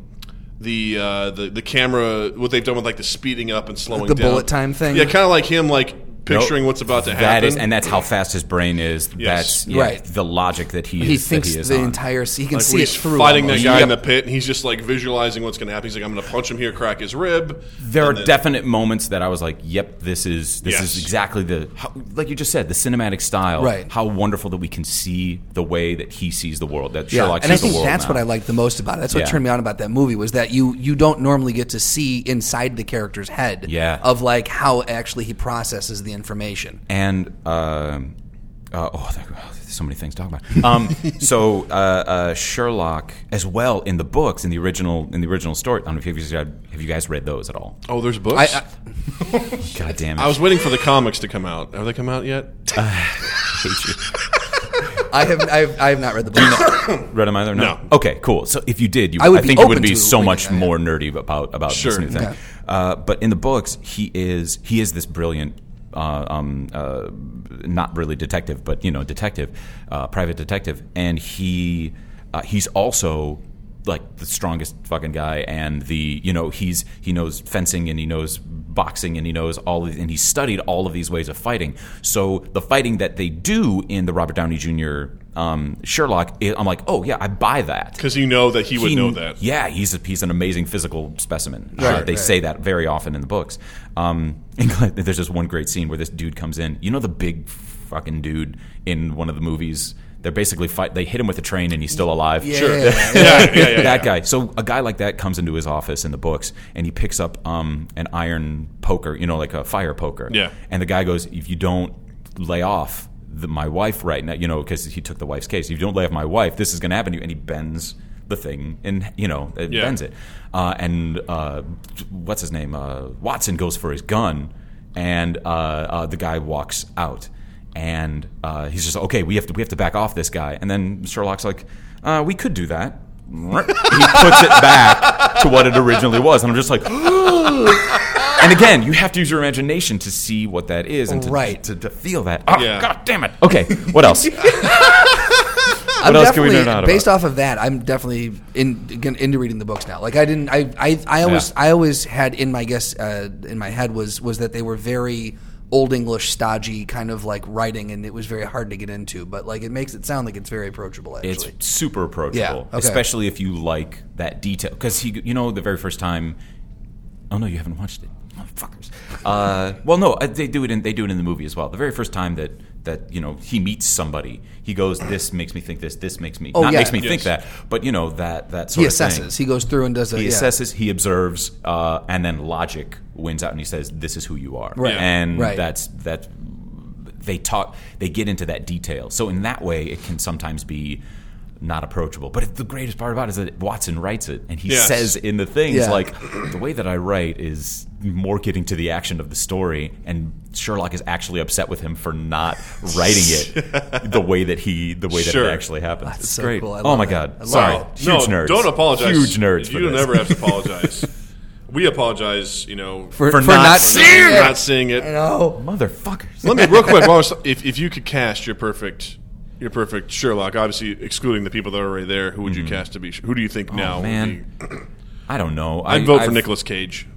S2: the, uh, the the camera, what they've done with like the speeding up and slowing
S5: The
S2: down,
S5: bullet time thing?
S2: Yeah, kind of like him like picturing
S3: Nope.
S2: what's about to happen.
S3: That is, and that's how fast his brain is.
S2: Yes.
S3: That's yeah,
S5: Right.
S3: the logic that he is.
S5: he thinks
S3: that he is
S5: the
S3: on.
S5: entire. He can
S2: like
S5: see
S2: when
S5: it
S2: he's
S5: through.
S2: fighting
S5: almost.
S2: that guy in the
S3: Yep.
S2: pit, and he's just like visualizing what's going to happen. He's like, I'm going to punch him here, crack his rib.
S3: There
S2: and
S3: are
S2: then-
S3: definite moments that I was like, "Yep, this is this
S2: Yes.
S3: is exactly the how, like you just said the cinematic style.
S5: Right.
S3: How wonderful that we can see the way that he sees the world. That
S5: Yeah,
S3: Sherlock
S5: and I
S3: sees
S5: think
S3: the world.
S5: that's
S3: now.
S5: what I liked the most about it. That's what
S3: Yeah.
S5: turned me on about that movie was that you you don't normally get to see inside the character's head.
S3: Yeah.
S5: of like how actually he processes the information.
S3: and um uh, oh, there, oh, there's so many things to talk about. Um, so uh, uh, Sherlock, as well, in the books, in the original, in the original story. I don't know if you guys have you guys read those at all.
S2: Oh, there's
S5: I,
S2: books. I,
S5: I,
S3: God damn it!
S2: was waiting for the comics to come out. Have they come out yet?
S3: hate you.
S5: I have I have, I have not read the book.
S3: Read them either? No.
S2: No.
S3: Okay, cool. So if you did, you,
S5: I
S3: I,
S5: would be
S3: think you
S5: open
S3: would be
S5: to
S3: so
S5: reading
S3: much
S5: that, yeah.
S3: more nerdy about about
S2: Sure.
S3: this new thing.
S5: Okay.
S3: Uh, but in the books, he is he is this brilliant. Uh, um, uh, not really detective, but you know, detective, uh, private detective, and he uh, he's also like the strongest fucking guy, and the you know he's he knows fencing and he knows boxing and he knows all of, and he studied all of these ways of fighting. So the fighting that they do in the Robert Downey Jr. um, Sherlock, it, I'm like, oh yeah, I buy that.
S2: because you know that he would
S3: He-
S2: know that.
S3: Yeah, he's a, he's an amazing physical specimen.
S5: Right,
S3: Uh, they
S5: right.
S3: say that very often in the books. Um, and there's this one great scene where this dude comes in. You know the big fucking dude in one of the movies. They're basically fight. They hit him with a train, and he's still alive.
S5: Yeah, Sure. yeah, yeah,
S2: yeah, yeah, yeah,
S3: that
S2: yeah.
S3: guy. So a guy like that comes into his office in the books, and he picks up um, an iron poker, you know, like a fire poker.
S2: Yeah.
S3: And the guy goes, "If you don't lay off the, my wife right now, you know, because he took the wife's case. If you don't lay off my wife, this is going to happen to you." And he bends the thing, and you know, it
S2: Yeah.
S3: bends it. Uh, and uh, what's his name? Uh, Watson goes for his gun, and uh, uh, the guy walks out. And uh, he's just okay. We have to we have to back off this guy. And then Sherlock's like, uh, we could do that. he puts it back to what it originally was, and I'm just like, and again, you have to use your imagination to see what that is and to,
S5: Right.
S3: to, to feel that. Oh,
S2: Yeah.
S3: God damn it. Okay, what else? what
S5: I'm
S3: else can we
S5: definitely-
S3: nerd out
S5: based
S3: about?
S5: off of that, I'm definitely in, again, into reading the books now. Like I didn't, I, I, I always,
S3: Yeah.
S5: I always had in my guess, uh, in my head was was that they were very old English, stodgy kind of like writing, and it was very hard to get into. But like it makes it sound like it's very approachable. Actually,
S3: it's super approachable,
S5: Yeah, okay.
S3: especially if you like that detail. Because he, you know, the very first time. Oh no, you haven't watched it, motherfuckers. Uh, well, no, uh, they do it in they do it in the movie as well. The very first time that that you know he meets somebody, he goes, "This makes me think this. This makes me
S5: Oh,
S3: not
S5: yeah.
S3: makes me think
S2: Yes.
S3: that." But you know that that sort
S5: he
S3: of thing.
S5: assesses. He goes through and does a
S3: He
S5: yeah.
S3: assesses, he observes, uh, and then logic wins out, and he says, "This is who you are."
S5: Right.
S2: Yeah.
S3: And
S5: Right.
S3: that's that. They talk. They get into that detail. So in that way, it can sometimes be not approachable. But it, the greatest part about it is that Watson writes it, and he
S2: Yes.
S3: says in the things
S5: Yeah.
S3: like, "The way that I write is more getting to the action of the story." And Sherlock is actually upset with him for not writing it the way that he the way that
S2: Sure.
S3: it actually happens. That's
S5: so
S3: great.
S5: cool. I
S3: Oh
S5: love
S3: my
S5: that. I
S3: god!
S5: love
S3: Sorry,
S2: Wow.
S3: huge
S2: no,
S3: nerds.
S2: Don't apologize.
S3: Huge nerds. For
S2: You
S3: this.
S2: never have to apologize. we apologize. You know
S5: for,
S3: for
S5: for
S3: not
S5: not,
S2: for
S5: seeing it.
S2: not seeing
S5: I
S2: it.
S5: know.
S3: motherfuckers.
S2: Let me real quick. while we're- If if you could cast your perfect. Your perfect Sherlock, obviously excluding the people that are already there. Who would you cast to be? Who do you think now? would
S3: Mm-hmm. Oh, man.
S2: be-
S3: I don't know.
S2: I'd vote for
S3: I've-
S2: Nicolas Cage.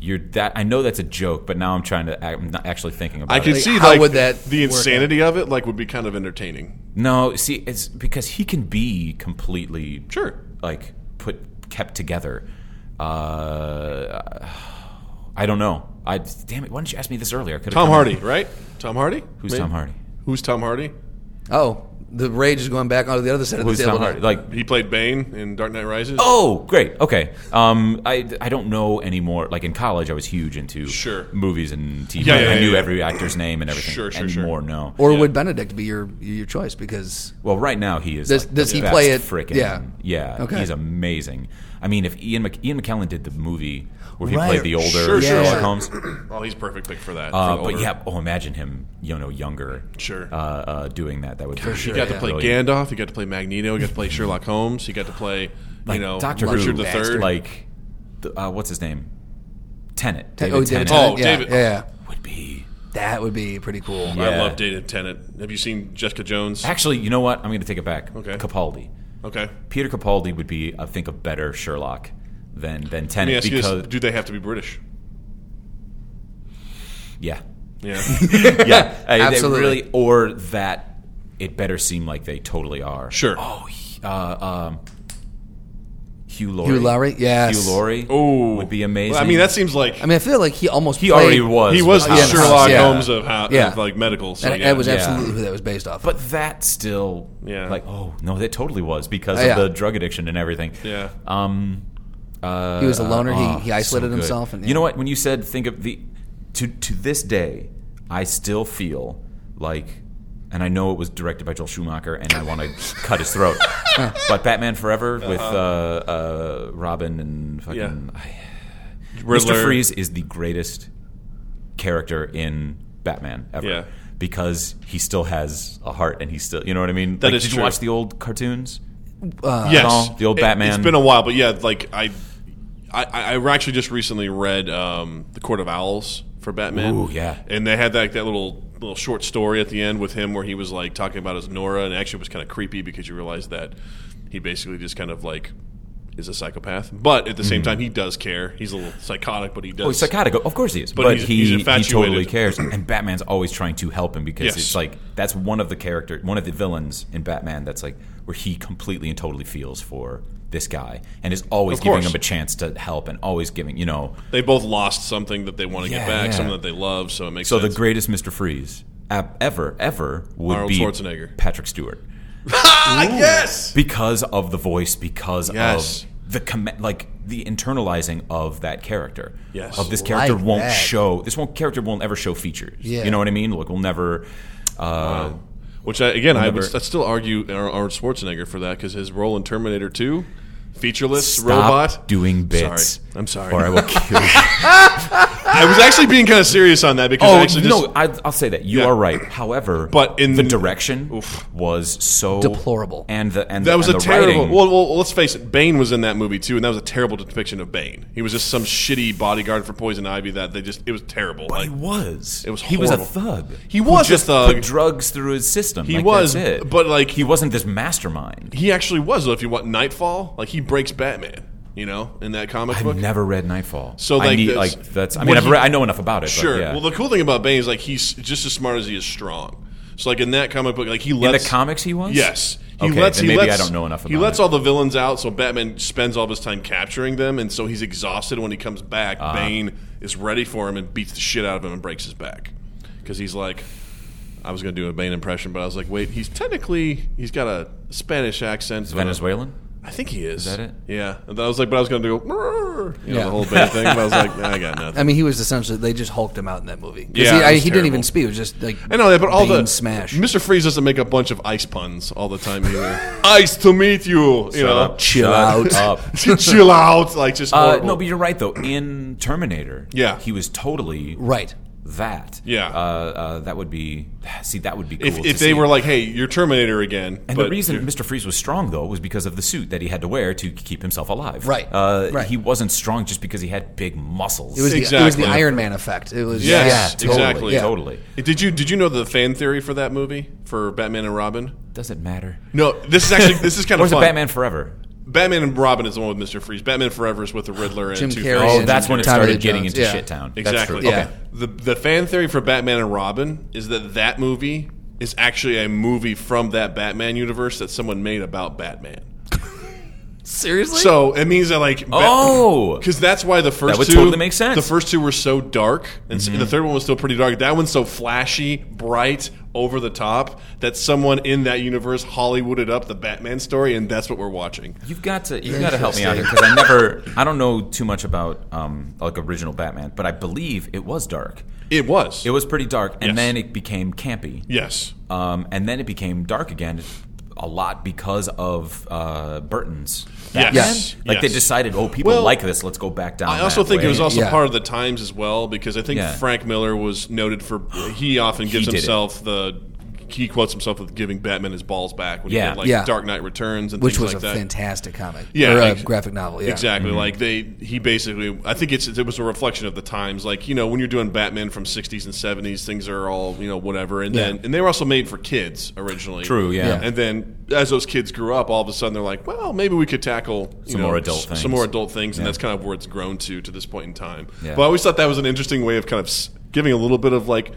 S3: You're that. I know that's a joke, but now I'm trying to. I'm not actually thinking about
S2: I could
S3: it.
S2: see
S5: how
S2: like
S5: would that
S2: the
S5: work out?
S2: insanity of it like would be kind of entertaining.
S3: No, see, it's because he can be completely
S2: Sure.
S3: like put kept together. Uh, I don't know. I damn it. Why didn't you ask me this earlier? I could've
S2: Tom
S3: come-
S2: Hardy, right? Tom Hardy.
S3: Who's
S2: Maybe.
S3: Tom Hardy?
S2: Who's Tom Hardy?
S5: Oh, the rage is going back onto the other side of
S3: Who's
S5: the table.
S3: Tom Hardy?
S5: now.
S3: Like
S2: He played Bane in Dark Knight Rises.
S3: Oh, great. Okay. Um, I, I don't know anymore. Like in college, I was huge into
S2: Sure.
S3: movies and TV.
S2: Yeah, yeah,
S3: I
S2: yeah,
S3: knew
S2: yeah.
S3: every actor's name and everything.
S2: Sure, sure, sure.
S3: anymore, no.
S5: or would Benedict be your your choice? Because
S3: Well, right now he is.
S5: Does-
S3: like,
S5: does
S3: the
S5: he
S3: best
S5: play it-
S3: Frickin',
S5: yeah.
S3: yeah.
S5: Okay.
S3: He's amazing. I mean, if Ian Mc, Ian McKellen did the movie where he
S5: Right.
S3: played the older
S2: Sure,
S5: sure,
S3: Sherlock
S5: sure.
S3: Holmes,
S2: Oh, he's perfect pick for that. for
S3: uh,
S2: the
S3: but
S2: older-
S3: yeah. Oh, imagine him, you know, younger.
S2: Sure.
S3: Uh, uh, doing that, that would be
S5: sure,
S2: you got to
S5: yeah.
S3: Oh,
S2: play Gandalf. You got to play Magneto. You got to play Sherlock Holmes. You got to play you
S3: like
S2: know
S3: Doctor
S2: Richard
S3: Who,
S2: the Third.
S3: like the, uh, what's his name, Tennant.
S5: Ten-
S3: David
S5: oh,
S3: Tennant
S5: David Tennant,
S2: Oh,
S5: yeah,
S2: David-
S5: yeah, yeah.
S3: would be
S5: that would be pretty cool.
S2: I
S3: yeah.
S2: love Dated Tennant. Have you seen Jessica Jones?
S3: Actually, you know what? I'm going to take it back.
S2: Okay.
S3: Capaldi.
S2: Okay.
S3: Peter Capaldi would be, I think, a better Sherlock than than
S2: Let me
S3: Tennant
S2: ask you
S3: because
S2: this: Do they have to be British?
S3: yeah,
S2: Yeah.
S3: yeah, I- they
S5: Absolutely.
S3: really, or that it better seem like they totally are.
S2: Sure.
S3: Oh, he- uh, um, Hugh Laurie.
S5: Hugh Laurie, yes.
S3: Hugh Laurie.
S2: Oh,
S3: would be amazing.
S2: I mean, that seems like
S5: I mean, I feel like he almost
S3: he
S5: played-
S3: already was.
S2: he was the
S3: House.
S2: Sherlock
S5: Yeah.
S2: Holmes of, how,
S5: Yeah.
S2: of like medical. So
S5: That,
S2: yeah.
S5: that was
S3: Yeah.
S5: absolutely who that was based off.
S3: But that still,
S2: Yeah.
S3: like, oh no, that totally was because
S5: Yeah.
S3: of the drug addiction and everything.
S2: Yeah.
S3: Um, uh,
S5: He was a loner. He-
S3: oh,
S5: he isolated
S3: good.
S5: himself and-
S3: you know what? When you said think of the to to this day, I still feel like, and I know it was directed by Joel Schumacher, and I want to cut his throat. but Batman Forever with uh, uh, Robin and fucking
S2: Uh-huh. Yeah.
S3: Mr.
S2: Riddler.
S3: Freeze is the greatest character in Batman ever.
S2: Yeah.
S3: Because he still has a heart and he still, you know what I mean?
S2: That
S3: Like,
S2: is
S3: Did you
S2: true.
S3: watch the old cartoons?
S2: yes,
S3: all, the old
S2: It-
S3: Batman.
S2: It's been a while, but yeah, like I, I, I I actually just recently read um, the Court of Owls for Batman.
S3: Ooh, yeah.
S2: and they had that that little little short story at the end with him where he was like talking about his Nora, and actually it was kind of creepy because you realized that he basically just kind of like is a psychopath, but at the same time, he does care. He's a little psychotic, but he does.
S3: Oh, Hmm. he's psychotic. Of course he is. But,
S2: he's-
S3: he,
S2: he's
S3: he totally
S2: infatuated.
S3: cares. And Batman's always trying to help him because
S2: Yes.
S3: it's like that's one of the character, one of the villains in Batman that's like where he completely and totally feels for this guy and is always
S2: Of
S3: giving
S2: course.
S3: him a chance to help and always giving, you know.
S2: they both lost something that they want to
S3: Yeah,
S2: get back,
S3: yeah.
S2: something that they love, so it makes
S3: So
S2: sense.
S3: the greatest Mr. Freeze ap- ever, ever would
S2: Arnold
S3: be
S2: Schwarzenegger.
S3: Patrick Stewart
S2: ah, yes!
S3: because of the voice, because
S2: Yes.
S3: of the com- like the internalizing of that character.
S2: Yes.
S3: Of this character
S5: Like
S3: won't
S5: that.
S3: show. This won't character won't ever show features.
S5: Yeah.
S3: You know what I mean? Like we'll never. Uh,
S2: Which, I, again, I would
S3: Remember-
S2: I'd still argue Ar- Arnold Schwarzenegger for that because his role in Terminator 2, featureless
S3: Stop
S2: robot.
S3: doing bits.
S2: Sorry. I'm sorry.
S3: Or I will kill you.
S2: I was actually being kind of serious on that because I
S3: oh
S2: actually just.
S3: no, I, I'll say that you
S2: Yeah.
S3: are right. However,
S2: But in-
S3: the direction was so
S5: Deplorable.
S3: and the and
S2: That
S3: the,
S2: was
S3: and
S2: a
S3: the
S2: terrible.
S3: Writing,
S2: Well, well, let's face it. Bane was in that movie too, and that was a terrible depiction of Bane. He was just some shitty bodyguard for Poison Ivy. That they just. It was terrible.
S3: he
S2: Like,
S3: was.
S2: It was
S3: He was a
S2: horrible.
S3: thug.
S2: He was a
S3: who just
S2: thug.
S3: Put drugs through his system.
S2: He
S3: Like,
S2: was,
S3: that's it.
S2: but, like-
S3: he wasn't this mastermind.
S2: he actually was. Though, if you want Nightfall, like he breaks Batman. You know, in that comic
S3: I've
S2: book.
S3: never read Nightfall.
S2: So,
S3: I
S2: like,
S3: need,
S2: that's-
S3: like that's. I
S2: what
S3: mean, I've
S2: he-
S3: read, I know enough about it.
S2: Sure.
S3: But, yeah.
S2: Well, the cool thing about Bane is like he's just as smart as he is strong. So like in that comic book, like he
S3: in the
S2: lets
S3: comics, he was.
S2: Yes. He
S3: Okay,
S2: lets
S3: then
S2: he
S3: maybe
S2: lets,
S3: I don't know enough
S2: He
S3: about
S2: lets
S3: it.
S2: all the villains out, so Batman spends all of his time capturing them, and so he's exhausted when he comes back.
S3: Uh-huh.
S2: Bane is ready for him and beats the shit out of him and breaks his back because he's like, I was going to do a Bane impression, but I was like, wait, he's technically he's got a Spanish accent. but-
S3: Venezuelan.
S2: I think he is.
S3: that it?
S2: Yeah. And I was like, but I was going to do "Brrr," you know,
S5: Yeah.
S2: the whole Bane thing. But I was like, nah, I got nothing.
S5: I mean, he was essentially they just hulked him out in that movie. 'Cause
S2: Yeah,
S5: he,
S2: it
S5: I,
S2: was
S5: he didn't even
S2: terrible.
S5: speak. It was just like
S2: I know that, but all
S5: Bane
S2: the
S5: smash.
S2: Mr. Freeze doesn't make a bunch of ice puns all the time either. ice to meet you, you know.
S5: Chill
S3: Shut
S5: out.
S3: up.
S2: chill out, like just
S3: Uh,
S2: horrible.
S3: no, but you're right though. In Terminator,
S2: Yeah.
S3: he was totally
S5: right.
S3: that.
S2: Yeah.
S3: uh, uh, that would be. See, that would be cool.
S2: if,
S3: to
S2: if they
S3: see.
S2: were like, "Hey, you're Terminator again,"
S3: and
S2: but
S3: the reason
S2: you're-
S3: Mr. Freeze was strong though was because of the suit that he had to wear to keep himself alive.
S5: Right.
S3: Uh,
S5: Right.
S3: He wasn't strong just because he had big muscles.
S5: It was the, it was
S2: Exactly.
S5: the Iron Man effect. It was
S2: Yes,
S5: yeah, totally.
S2: exactly.
S5: Yeah.
S3: Totally.
S2: did you did you know the fan theory for that movie for Batman and Robin?
S3: Doesn't matter.
S2: No, this is actually this is kind
S3: Or
S2: of
S3: is it
S2: fun.
S3: Batman Forever?
S2: Batman and Robin is the one with Mister Freeze. Batman Forever is with the Riddler and
S5: Jim
S2: Two
S5: Carrey.
S3: Oh,
S5: and
S3: that's when it
S5: Tommy
S3: started
S5: Lee
S3: getting
S5: Jones,
S3: into
S5: yeah.
S3: shit town. That's
S2: Exactly.
S3: true.
S5: Yeah.
S3: Okay.
S2: The the fan theory for Batman and Robin is that that movie is actually a movie from that Batman universe that someone made about Batman.
S5: Seriously?
S2: So it means that like
S3: Oh!
S2: because that's why the first
S3: That would
S2: two
S3: totally make sense. Mm-hmm.
S2: The first two were so dark, and s- the third one was still pretty dark. That one's so flashy, bright, over the top that someone in that universe Hollywooded up the Batman story, and that's what we're watching.
S3: You've got to you've got to help me out here because I never I don't know too much about um, like original Batman, but I believe it was dark.
S2: It was.
S3: It was pretty dark, and
S2: Yes.
S3: then it became campy.
S2: Yes.
S3: um, and then it became dark again a lot because of uh, Burton's.
S2: Yes. Yes.
S3: Like they
S2: Yes.
S3: decided, oh, people
S2: Well,
S3: like this. Let's go back down.
S2: I also
S3: that
S2: think
S3: way.
S2: it was also
S5: Yeah.
S2: part of the times as well because I think
S3: Yeah.
S2: Frank Miller was noted for he often gives
S3: did it.
S2: himself the he quotes himself with giving Batman his balls back when he
S3: Yeah.
S2: did like
S5: Yeah.
S2: Dark Knight Returns and
S5: which
S2: things
S5: was
S2: like
S5: a
S2: that.
S5: fantastic comic.
S2: Yeah,
S5: or a
S2: ex-
S5: graphic novel. Yeah, Mm-hmm.
S2: Exactly. Like they, he basically. I think it's it was a reflection of the times. Like you know, when you're doing Batman from '60s and '70s, things are all you know whatever. And then and they were also made for kids originally.
S3: True, yeah. Yeah.
S2: And then as those kids grew up, all of a sudden they're like, well, maybe we could tackle you
S3: Some
S2: know,
S3: more adult
S2: s-
S3: things.
S2: some more adult things, and that's kind of where it's grown to to this point in time.
S3: Yeah.
S2: But I always thought that was an interesting way of kind of s- giving a little bit of like.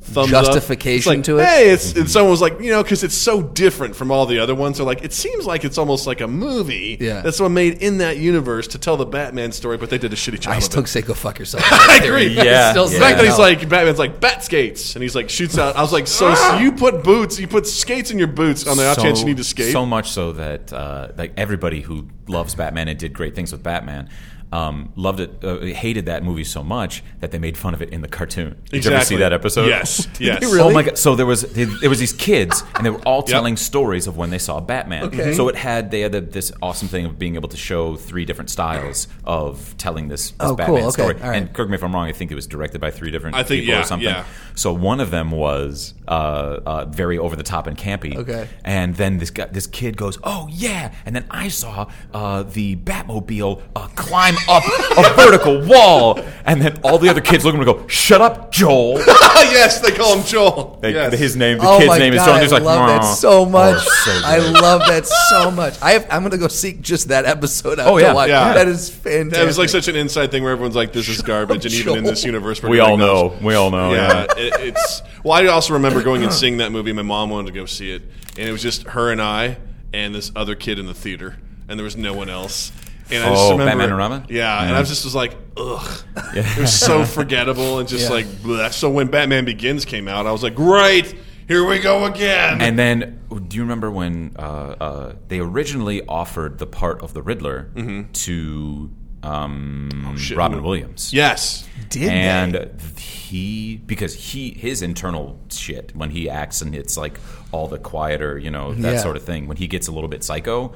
S2: Thumbs up. It's
S5: Justification
S2: like,
S5: to it?
S2: Hey, it's and someone was like, you know, because it's so different from all the other ones. They're like, it seems like it's almost like a movie
S5: Yeah.
S2: that's someone made in that universe to tell the Batman story, but they did a shitty job.
S5: I
S2: of
S5: still
S2: it.
S5: say go fuck yourself.
S2: I agree.
S3: Yeah.
S5: Still
S2: The fact that
S5: say
S2: he's
S5: no.
S2: like Batman's like bat skates, and he's like shoots out. I was like, so you put boots, you put skates in your boots on the off chance you need to skate.
S3: So much so that uh, like everybody who loves Batman and did great things with Batman. Um, loved it, uh, hated that movie so much that they made fun of it in the cartoon. Did you ever see
S2: Exactly.
S3: that episode?
S2: Yes, yes.
S5: really?
S3: Oh my god! So there was there was these kids, and they were all telling stories of when they saw Batman.
S5: Okay.
S3: So it had they had the, this awesome thing of being able to show three different styles of telling this, this
S5: Oh, cool.
S3: Batman
S5: Okay.
S3: story.
S5: All right.
S3: And correct me if I'm wrong. I think it was directed by three different
S2: I think-
S3: people
S2: yeah,
S3: or something.
S2: yeah.
S3: So one of them was uh, uh, very over the top and campy.
S5: Okay.
S3: And then this guy, this kid goes, "Oh yeah!" And then I saw uh, the Batmobile uh, climb up a vertical wall, and then all the other kids look at him and go, "Shut up, Joel."
S2: Ah, yes, they call him Joel.
S3: Like,
S2: yes.
S3: His name, the
S5: oh
S3: kid's
S5: my
S3: name is
S5: God,
S3: Joel. and he's
S5: I
S3: like,
S5: love that
S3: "Nah."
S5: so
S3: Oh,
S5: much.
S3: it's so
S5: I
S3: good.
S5: love that so much. I have, I'm going to go seek just that episode out
S3: Oh, yeah.
S5: to watch.
S2: Yeah.
S5: That is fantastic.
S2: That was like such an inside thing where everyone's like, "This is garbage," and even in this universe, we're
S3: We
S2: doing
S3: all
S2: those.
S3: know. We all know.
S2: yeah,
S3: Oh, Yeah.
S2: it, it's well. I also remember going and seeing that movie. My mom wanted to go see it, and it was just her and I and this other kid in the theater, and there was no one else. And I just
S3: Oh,
S2: remember,
S3: Batman-orama?
S2: Yeah, and I was just was like, ugh, it was so forgettable and just
S5: Yeah.
S2: like. Bleh. So when Batman Begins came out, I was like, great, here we go again.
S3: And then, do you remember when uh, uh, they originally offered the part of the Riddler
S5: Mm-hmm.
S3: to
S5: Oh,
S3: um, Robin Williams?
S2: yes,
S5: Did
S3: and he because he his internal shit when he acts and it's like all the quieter you know that
S5: Yeah.
S3: sort of thing when he gets a little bit psycho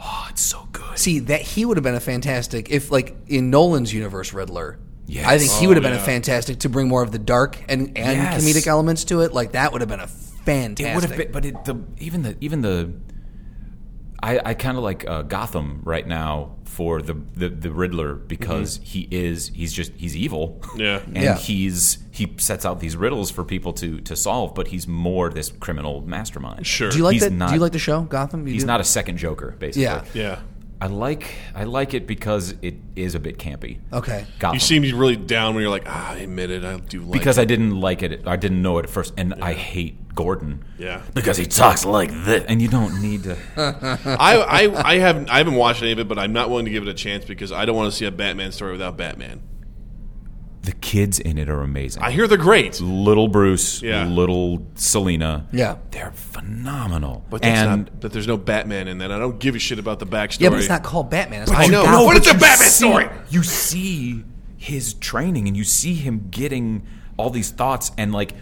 S3: oh it's so good
S5: See that he would have been a fantastic if like in Nolan's universe Riddler.
S3: Yes.
S5: I think he
S2: Oh,
S5: would have been
S2: yeah.
S5: a fantastic to bring more of the dark and and
S3: Yes.
S5: comedic elements to it. Like that would have been a fantastic.
S3: it would have been but it, the, even the even the I, I kind of like uh, Gotham right now for the the, the Riddler because he is he's just he's evil
S2: Yeah.
S3: and
S5: Mm-hmm. Yeah.
S3: he's he sets out these riddles for people to to solve but he's more this criminal mastermind
S2: sure.
S5: Do you like
S3: He's
S5: that?
S3: not-
S5: do you like the show Gotham? You
S3: he's
S5: do?
S3: not a second Joker basically
S5: Yeah.
S2: yeah,
S3: I like I like it because it is a bit campy.
S5: Okay.
S3: Gotham.
S2: you seemed really down when you're like, ah, I admit it, I do like
S3: because I didn't like it. I didn't know it at first, and I hate Gordon.
S2: Yeah.
S3: because he talks like this, and you don't need to.
S2: I, I, I haven't I haven't watched any of it, but I'm not willing to give it a chance because I don't want to see a Batman story without Batman.
S3: the kids in it are amazing.
S2: I hear they're great,
S3: little Bruce,
S2: Yeah.
S3: little Selena.
S5: Yeah.
S3: they're phenomenal.
S2: but that's
S3: and
S2: not, but there's no Batman in that. I don't give a shit about the backstory.
S5: Yeah, but it's not called Batman. It's
S2: I
S3: Oh,
S5: called
S2: know.
S5: Gotham.
S2: No, but it's a
S3: you
S2: Batman
S3: see-
S2: story.
S3: You see his training, and you see him getting all these thoughts, and like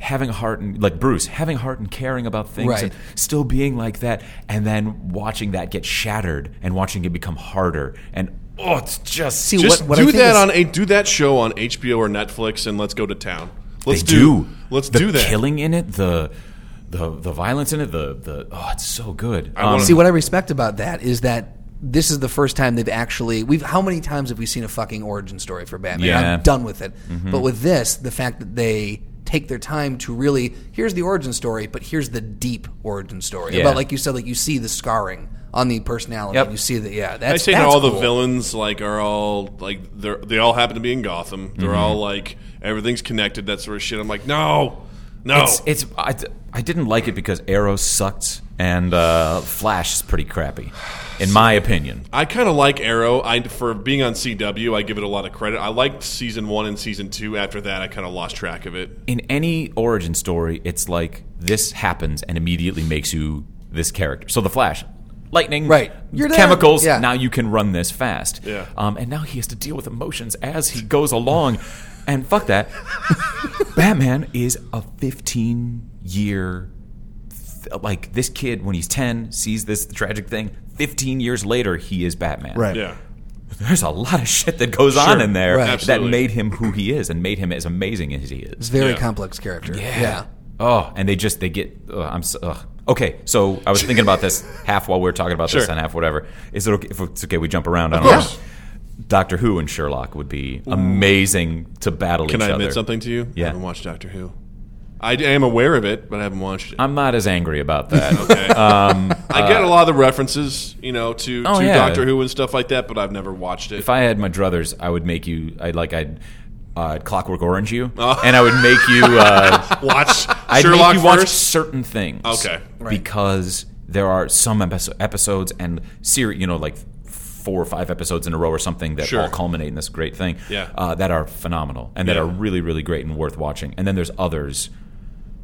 S3: having a heart and like Bruce having heart and caring about things, and
S5: Right.
S3: still being like that, and then watching that get shattered, and watching it become harder, and oh, it's just
S5: See,
S2: Just
S5: what, what I
S2: do
S5: think
S2: that
S5: is-
S2: on a do that show on HBO or Netflix, and let's go to town. Let's
S3: they do.
S2: Let's
S3: the
S2: do that.
S3: Killing in it, the the the violence in it, the the oh, it's so good.
S2: I wanna-
S5: See what I respect about that is that this is the first time they've actually we've how many times have we seen a fucking origin story for Batman?
S3: Yeah. Mm-hmm.
S5: I'm done with it. But with this, the fact that they take their time to really here's the origin story, but here's the deep origin story.
S3: Yeah.
S5: About like you said, like you see the scarring on the personality.
S3: Yep.
S5: You see that yeah,
S2: I
S5: that's
S2: say how
S5: that's
S2: all the
S5: cool.
S2: villains like are all like they they all happen to be in Gotham.
S3: Mm-hmm.
S2: They're all like everything's connected. That sort of shit. I'm like, no, no.
S3: It's, it's I, I didn't like it because Arrow sucked and uh, Flash is pretty crappy, in my opinion.
S2: I kind of like Arrow. I for being on CW, I give it a lot of credit. I liked season one and season two. After that, I kind of lost track of it.
S3: In any origin story, it's like this happens and immediately makes you this character. So the Flash, lightning,
S5: Right. You're there.
S3: chemicals.
S5: Yeah.
S3: Now you can run this fast.
S2: Yeah.
S3: Um, and now he has to deal with emotions as he goes along, and fuck that. Batman is a 15 year like this kid when he's 10 sees this tragic thing 15 years later he is batman
S5: Right.
S2: Yeah,
S3: there's a lot of shit that goes on in there
S5: Right.
S3: that
S2: Absolutely.
S3: made him who he is and made him as amazing as he is.
S5: It's a very
S2: Yeah.
S5: complex character. Yeah.
S3: Oh, and they just they get. Uh, I'm so, ugh. okay. So I was thinking about this half while we were talking about this
S2: Sure.
S3: and half whatever. Is it okay? If it's okay, we jump around. I
S2: Of
S3: don't
S2: course.
S3: know. Doctor Who and Sherlock would be amazing to battle
S2: Can
S3: each
S2: I admit
S3: other.
S2: something to you?
S3: Yeah.
S2: I haven't watched Doctor Who. I d- am aware of it, but I haven't watched it.
S3: I'm not as angry about that.
S2: Okay. I get a lot of the references, you know, to,
S3: Uh, Oh,
S2: to
S3: yeah.
S2: Doctor Who and stuff like that, but I've never watched it.
S3: If I had my druthers, I would make you. I'd like I'd uh, Clockwork Orange you,
S2: Oh.
S3: and I would make you. Uh,
S2: watch
S3: I'd
S2: Sherlock
S3: make you watch
S2: first.
S3: certain things.
S2: Okay.
S5: Right.
S3: Because there are some episo- episodes and series, you know, like four or five episodes in a row or something that
S2: Sure.
S3: all culminate in this great thing.
S2: Yeah.
S3: Uh, that are phenomenal and that
S2: Yeah.
S3: are really, really great and worth watching. And then there's others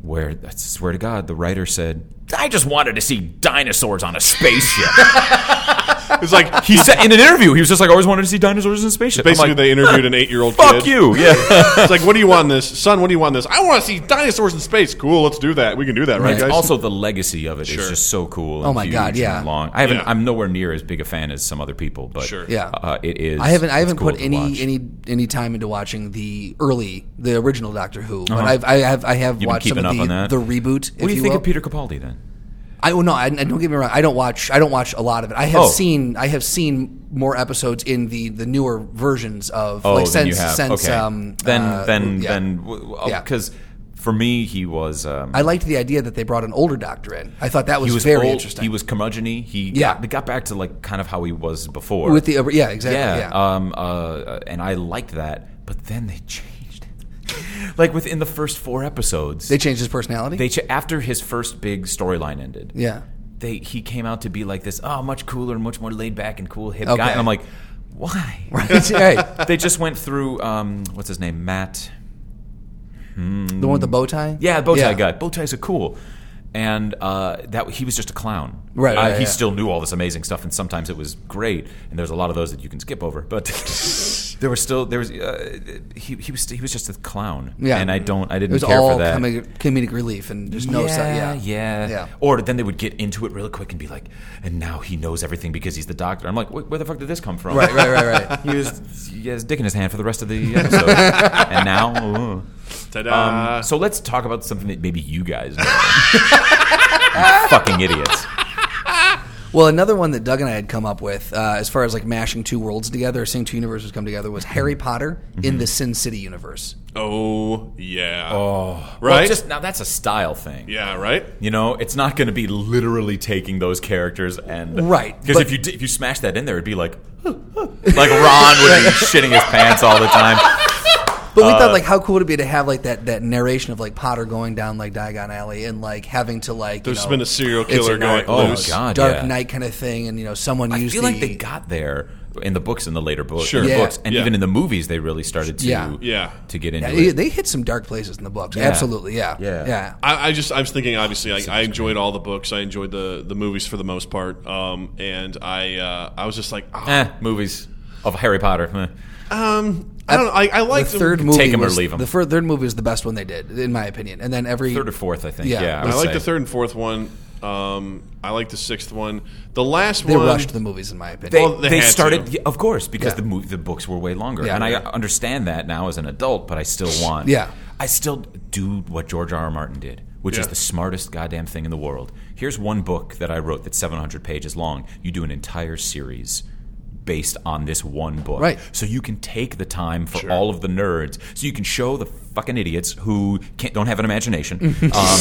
S3: where I swear to God, the writer said, "I just wanted to see dinosaurs on a spaceship."
S2: It's like
S3: he said in an interview, he was just like, "I always wanted to see dinosaurs in a spaceship." I'm
S2: basically
S3: like,
S2: they interviewed an eight-year-old.
S3: Fuck
S2: kid.
S3: you! Yeah.
S2: It's like, what do you want in this, son? What do you want in this? I want to see dinosaurs in space. Cool, let's do that. We can do that, right,
S3: And
S2: guys?
S3: Also, the legacy of it is
S2: Sure.
S3: just so cool. And
S5: Oh my
S3: huge
S5: God, yeah.
S3: and long. I haven't.
S2: Yeah.
S3: I'm nowhere near as big a fan as some other people, but
S2: Sure.
S5: Yeah.
S3: uh, it is.
S5: I haven't
S3: it's
S5: I haven't
S3: cool
S5: put
S3: to
S5: any
S3: watch.
S5: any any time into watching the early the original Doctor Who, but I've I have I have
S3: Uh-huh. been
S5: watched some
S3: keeping
S5: of
S3: up
S5: the
S3: on that?
S5: the reboot.
S3: What do
S5: if
S3: you think
S5: will.
S3: of Peter Capaldi then?
S5: I well, no, I, I don't get me wrong. I don't watch. I don't watch a lot of it. I have
S3: Oh.
S5: seen. I have seen more episodes in the the newer versions of.
S3: Oh,
S5: like,
S3: then
S5: since,
S3: you have
S5: Since,
S3: okay.
S5: um,
S3: then,
S5: uh,
S3: then,
S5: yeah.
S3: then, because
S5: Yeah.
S3: because for me he was um,
S5: I liked the idea that they brought an older doctor in. I thought that was,
S3: he was
S5: very
S3: old,
S5: interesting.
S3: He was curmudgeon-y. He
S5: Yeah.
S3: got, got back to like kind of how he was before
S5: with the over. Yeah, exactly. Yeah.
S3: yeah, Um, uh, and I liked that, but then they changed it. like within the first four episodes,
S5: they changed his personality.
S3: they ch- after his first big storyline ended,
S5: yeah.
S3: they he came out to be like this, oh, much cooler, much more laid back and cool hip guy,
S5: Okay.
S3: and I'm like, why?
S5: Right. right.
S3: they just went through um, what's his name, Matt.
S5: The one with the bow tie?
S3: Yeah, bow tie
S5: Yeah.
S3: guy. Bow ties are cool. And uh, that he was just a clown.
S5: Right,
S3: Uh,
S5: right,
S3: he
S5: yeah.
S3: still knew all this amazing stuff, and sometimes it was great. And there's a lot of those that you can skip over, but there were still there was uh, he he was he was just a clown.
S5: Yeah.
S3: and I don't I
S5: It
S3: didn't
S5: was
S3: care
S5: all
S3: for that.
S5: comic, comedic relief and just no. se-
S3: yeah, yeah,
S5: Yeah.
S3: Or then they would get into it real quick and be like, "And now he knows everything because he's the doctor." I'm like, "Wh- "Where the fuck did this come from?"
S5: Right, right, right, right.
S3: he was he has dick in his hand for the rest of the episode, and now. uh.
S2: Ta-da.
S3: Um, so let's talk about something that maybe you guys know. You fucking idiots.
S5: Well, another one that Doug and I had come up with, uh, as far as like mashing two worlds together, or seeing two universes come together,
S3: Mm-hmm.
S5: was Harry Potter in the Sin City universe.
S2: oh yeah. Oh
S3: Well,
S2: right.
S3: just now that's a style thing.
S2: yeah right.
S3: You know, it's not going to be literally taking those characters and
S5: Right,
S3: because
S5: but-
S3: if you di- if you smash that in there, it'd be like like Ron would be shitting his pants all the time.
S5: But we
S3: Uh,
S5: thought like, how cool would it be to have like that that narration of like Potter going down like Diagon Alley and like having to like.
S2: There's
S5: you know,
S2: been a serial
S5: it's
S2: killer going
S5: narc- you know,
S2: loose.
S3: Oh, God,
S5: Dark
S3: yeah.
S5: Knight kind of thing, and you know someone
S3: I
S5: used.
S3: feel like
S5: the-
S3: they got there in the books in the later books,
S2: Sure.
S3: in the
S5: Yeah.
S3: books, and
S2: Yeah.
S3: even in the movies they really started to
S5: Yeah.
S2: Yeah.
S3: to get into
S5: Yeah,
S3: it.
S5: they hit some dark places in the books.
S3: Yeah.
S5: Absolutely, yeah,
S3: Yeah.
S5: yeah.
S2: I, I just I was thinking obviously like, I enjoyed all the books I enjoyed the the movies for the most part um, and I uh, I was just like ah,
S3: Eh, movies of Harry Potter. eh.
S2: I don't know, I, I
S5: the
S2: like
S5: third movie
S3: Take 'em or
S5: was,
S3: leave 'em.
S5: The fir- third movie was the best one they did, in my opinion. And then every
S3: Third or fourth, I think.
S5: Yeah.
S3: Yeah, I,
S5: I
S2: I
S3: would
S2: like
S3: say.
S2: the third and fourth one um, I like the sixth one the last
S5: they
S2: one
S5: rushed the movies, in my
S3: They,
S5: opinion.
S2: Well, they
S3: they
S2: had to.
S3: started, yeah, of course, because
S5: Yeah.
S3: the movie, the books were way longer,
S5: Yeah,
S3: and I
S5: right.
S3: understand that now as an adult. But I still want,
S5: Yeah.
S3: I still do what George R. R. Martin did, which is
S2: Yeah.
S3: the smartest goddamn thing in the world. Here's one book that I wrote that's 700 pages long. You do an entire series based on this one book,
S5: Right.
S3: So you can take the time for all of the nerds, so you can show the fucking idiots who can't, don't have an imagination um,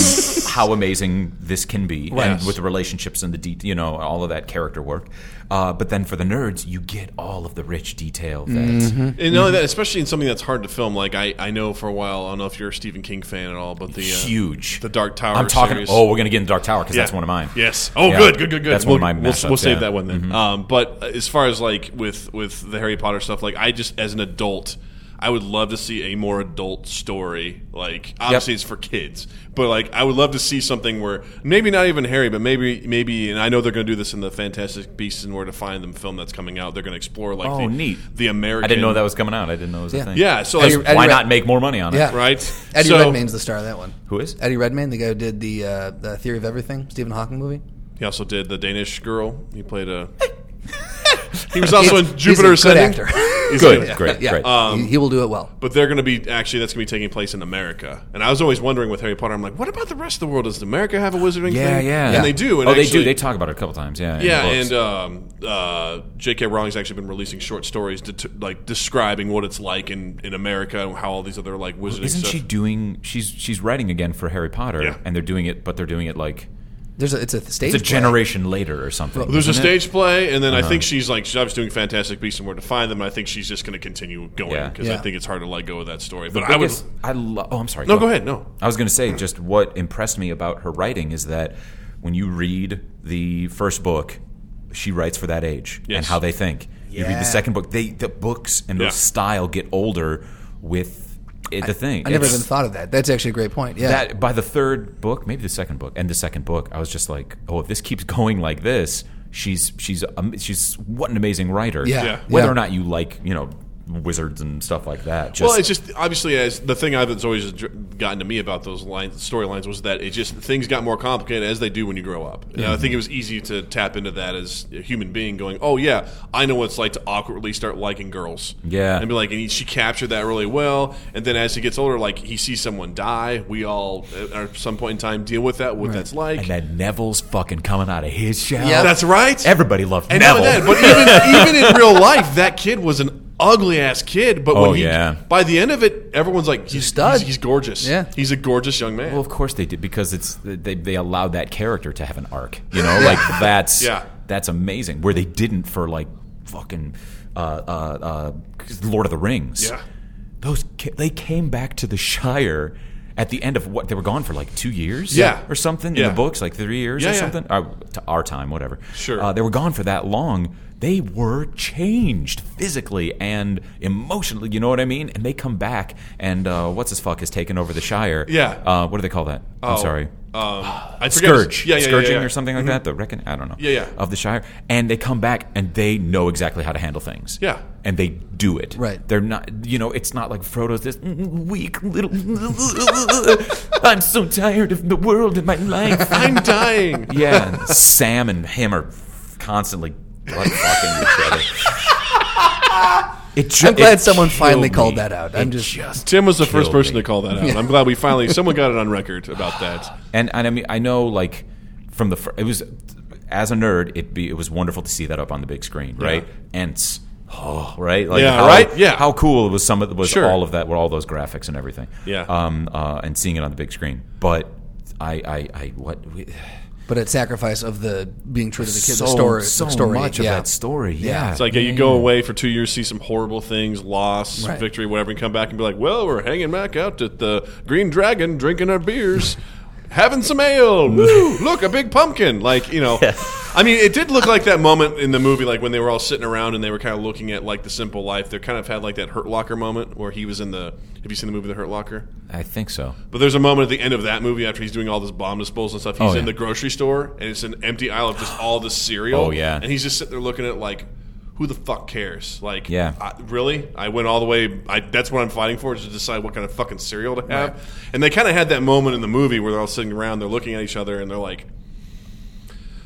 S3: how amazing this can be,
S2: Right.
S3: and with the relationships and the de- you know all of that character work. Uh, but then for the nerds, you get all of the rich detail. That
S2: and not only that, especially in something that's hard to film like I, I know for a while I don't know if you're a Stephen King fan at all but the uh,
S3: huge.
S2: the Dark Tower
S3: I'm talking.
S2: series.
S3: Oh, we're gonna get into Dark Tower because
S2: Yeah.
S3: that's one of mine.
S2: Yes. Oh,
S3: Yeah.
S2: good, good, good, good.
S3: That's
S2: we'll,
S3: one of my
S2: We'll,
S3: mashups,
S2: we'll save
S3: yeah. Mm-hmm.
S2: that one then. Um, but as far as like with with the Harry Potter stuff, like I just as an adult, I would love to see a more adult story. Like obviously it's for kids, but like I would love to see something where maybe not even Harry, but maybe maybe and I know they're going to do this in the Fantastic Beasts and Where to Find Them film that's coming out. They're going to explore like
S3: Oh,
S2: the,
S3: neat.
S2: the American.
S3: I didn't know that was coming out. I didn't know it was
S5: Yeah.
S3: a thing.
S2: Yeah. So
S5: Have
S2: like,
S5: you- Eddie
S3: Why
S5: Red-
S3: not make more money on it?
S5: Yeah.
S2: right.
S5: Eddie
S2: so,
S5: Redmayne's the star of that one.
S3: Who is?
S5: Eddie Redmayne, the guy who did the uh, the Theory of Everything, Stephen Hawking movie.
S2: He also did the Danish girl. He played a. he was also in Jupiter
S5: he's a good
S2: Ascending.
S5: actor.
S2: He's
S3: Good.
S2: good.
S3: Great.
S5: yeah,
S3: Great.
S2: Uh,
S5: he, he will do it well.
S2: But they're going to be actually that's going to be taking place in America. And I was always wondering with Harry Potter, I'm like, what about the rest of the world? Does America have a wizarding
S3: yeah,
S2: thing?
S3: yeah.
S2: And they do. And
S3: oh, they
S2: actually-
S3: do. They talk about it a couple times. Yeah. in the
S2: yeah,
S3: books.
S2: and um, uh, J.K. Rowling's actually been releasing short stories, det- like describing what it's like in, in America and how all these other like wizarding
S3: isn't
S2: stuff.
S3: she doing? She's she's writing again for Harry Potter,
S2: Yeah.
S3: and they're doing it, but they're doing it like
S5: There's a, it's a stage.
S3: it's a
S5: play.
S3: generation later or something.
S2: There's a
S3: isn't it?
S2: stage play, and then
S3: Uh-huh.
S2: I think she's like she's obviously doing Fantastic Beasts and Where to Find Them. And I think she's just going to continue going
S3: Yeah.
S2: because
S5: Yeah.
S2: I think it's hard to let go of that story.
S3: The
S2: But I would
S3: biggest- I lo- oh, I'm sorry.
S2: no, go ahead, no.
S3: I was going to say just what impressed me about her writing is that when you read the first book, she writes for that age and
S2: Yes.
S3: how they think. You read
S5: Yeah.
S3: the second book, they the books and the
S2: Yeah.
S3: style get older with it, the thing.
S5: I never
S3: It's-
S5: even thought of that. That's actually a great point. Yeah,
S3: that by the third book, maybe the second book, and the second book, I was just like, oh, if this keeps going like this, she's she's um, she's what an amazing writer.
S5: Yeah. Yeah.
S3: Whether
S5: Yeah.
S3: or not you like, you know, wizards and stuff like that. Just,
S2: well, it's just obviously as the thing I've- that's always dr- gotten to me about those lines, storylines, was that it just things got more complicated as they do when you grow up. And I think it was easy to tap into that as a human being, going, "Oh yeah, I know what it's like to awkwardly start liking girls."
S3: Yeah.
S2: and be like, and he, she captured that really well. And then as he gets older, like he sees someone die, we all uh, at some point in time deal with that, what that's like.
S3: and then Neville's fucking coming out of his shell.
S5: Yeah.
S2: that's right.
S3: Everybody loved
S2: And
S3: Neville.
S2: Neville. That, but even even in real life, that kid was an ugly ass kid. But when
S3: Oh,
S2: he,
S3: yeah.
S2: by the end of it, everyone's like, he's
S5: stud.
S2: He's, he's gorgeous.
S5: Yeah.
S2: he's a gorgeous young man.
S3: Well, of course they did because it's they, they allowed that character to have an arc. You know, like that's
S2: Yeah.
S3: that's amazing. Where they didn't for like fucking uh, uh, uh, Lord of the Rings.
S2: Yeah.
S3: those ca- they came back to the Shire at the end of what they were gone for like two years.
S2: Yeah.
S3: or something
S2: Yeah.
S3: in the books, like three years
S2: Yeah,
S3: or
S2: yeah.
S3: something. Uh, to our time, whatever.
S2: Sure.
S3: uh, they were gone for that long. They were changed physically and emotionally. You know what I mean? And they come back, and uh, what's his fuck has taken over the Shire.
S2: Yeah.
S3: Uh, what do they call that?
S2: Oh,
S3: I'm sorry.
S2: um, I forget-
S3: Scourge.
S2: Yeah, yeah, yeah,
S3: Scourging
S2: yeah, yeah.
S3: or something like that. The reckon. I don't know.
S2: Yeah, yeah.
S3: Of the Shire, and they come back and they know exactly how to handle things.
S2: Yeah.
S3: And they do it.
S5: Right.
S3: They're not. You know, it's not like Frodo's this weak little. I'm so tired of the world and my life.
S2: I'm dying.
S3: yeah. and Sam and him are constantly like fucking each other. It ju-
S5: I'm glad
S3: it
S5: someone finally
S3: killed
S5: called
S3: me.
S5: that out. I'm
S3: It
S5: just-
S2: Tim was the first
S3: killed
S2: person
S3: me.
S2: to call that out. I'm glad we finally someone got it on record about that.
S3: And and I mean I know like from the fir- it was as a nerd it be it was wonderful to see that up on the big screen right Ents oh right like
S2: Yeah,
S3: how,
S2: right? Yeah.
S3: how cool was some of the, was
S2: Sure.
S3: all of that with all those graphics and everything
S2: Yeah.
S3: um uh, and seeing it on the big screen but I I, I what we,
S5: But at sacrifice of the being true to the kid,
S3: so
S5: the story,
S3: so
S5: the story.
S3: much of
S5: yeah.
S3: that story yeah,
S2: It's like yeah, you go away for two years, see some horrible things, loss,
S5: Right.
S2: victory, whatever, and come back and be like, "Well, we're hanging back out at the Green Dragon, drinking our beers, having some ale. Woo! Look, a big pumpkin!" Like you know, I mean, it did look like that moment in the movie, like when they were all sitting around and they were kind of looking at like the simple life. They kind of had like that Hurt Locker moment where he was in the. Have you seen the movie The Hurt Locker?
S3: I think so
S2: But there's a moment at the end of that movie after he's doing all this bomb disposal and stuff. He's
S3: Oh, yeah.
S2: in the grocery store and it's an empty aisle of just all this cereal.
S3: Oh, yeah.
S2: and he's just sitting there looking at it like, who the fuck cares? Like,
S3: Yeah.
S2: I, really? I went all the way. I, that's what I'm fighting for is to decide what kind of fucking cereal to have. And they kind of had that moment in the movie where they're all sitting around, they're looking at each other, and they're like.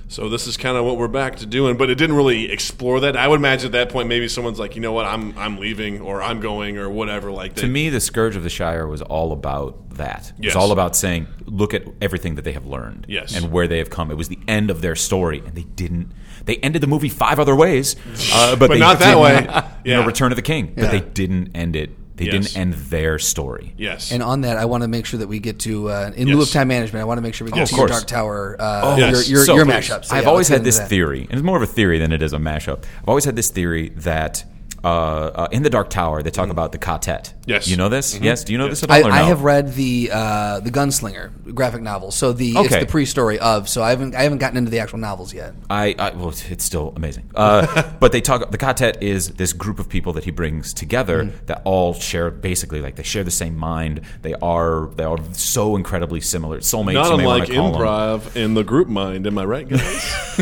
S2: So this is kind of what we're back to doing, but it didn't really explore that. I would imagine at that point maybe someone's like, you know what, I'm I'm leaving or I'm going or whatever. Like
S3: to me the scourge of the shire was all about that it
S2: Yes.
S3: was all about saying look at everything that they have learned
S2: Yes.
S3: and where they have come it was the end of their story and they didn't they ended the movie five other ways uh, but,
S2: But
S3: they
S2: not that
S3: didn't-
S2: way.
S3: you know
S2: Yeah.
S3: return of the king but
S5: Yeah.
S3: they didn't end it they
S2: Yes.
S3: didn't end their story
S2: yes,
S5: And on that, I want to make sure that we get to uh, in lieu
S2: Yes.
S5: of time management. I want to make sure we get
S3: Oh, of
S5: to your
S3: course. Oh,
S5: Dark Tower, uh,
S2: yes.
S5: your, your,
S3: So,
S5: your
S3: please.
S5: mashup. So,
S3: I've
S5: yeah,
S3: always
S5: let's
S3: had
S5: get
S3: this
S5: into that.
S3: theory, and it's more of a theory than it is a mashup. I've always had this theory that uh, uh, in the Dark Tower they talk about the quartet.
S2: Yes.
S3: you know this. Yes, do you know this at all?
S5: Mm. Mm-hmm. I,
S3: or
S5: I
S3: no?
S5: have read the uh, the Gunslinger graphic novel, so the it's
S3: Okay.
S5: the pre-story of. So I haven't I haven't gotten into the actual novels yet.
S3: I, I well, it's still amazing. Uh, but they talk. The quartet is this group of people that he brings together that all share basically like they share the same mind. They are they are so incredibly similar soulmates.
S2: Not
S3: you may wanna
S2: unlike
S3: call 'em.
S2: improv in the group mind, am I right, guys?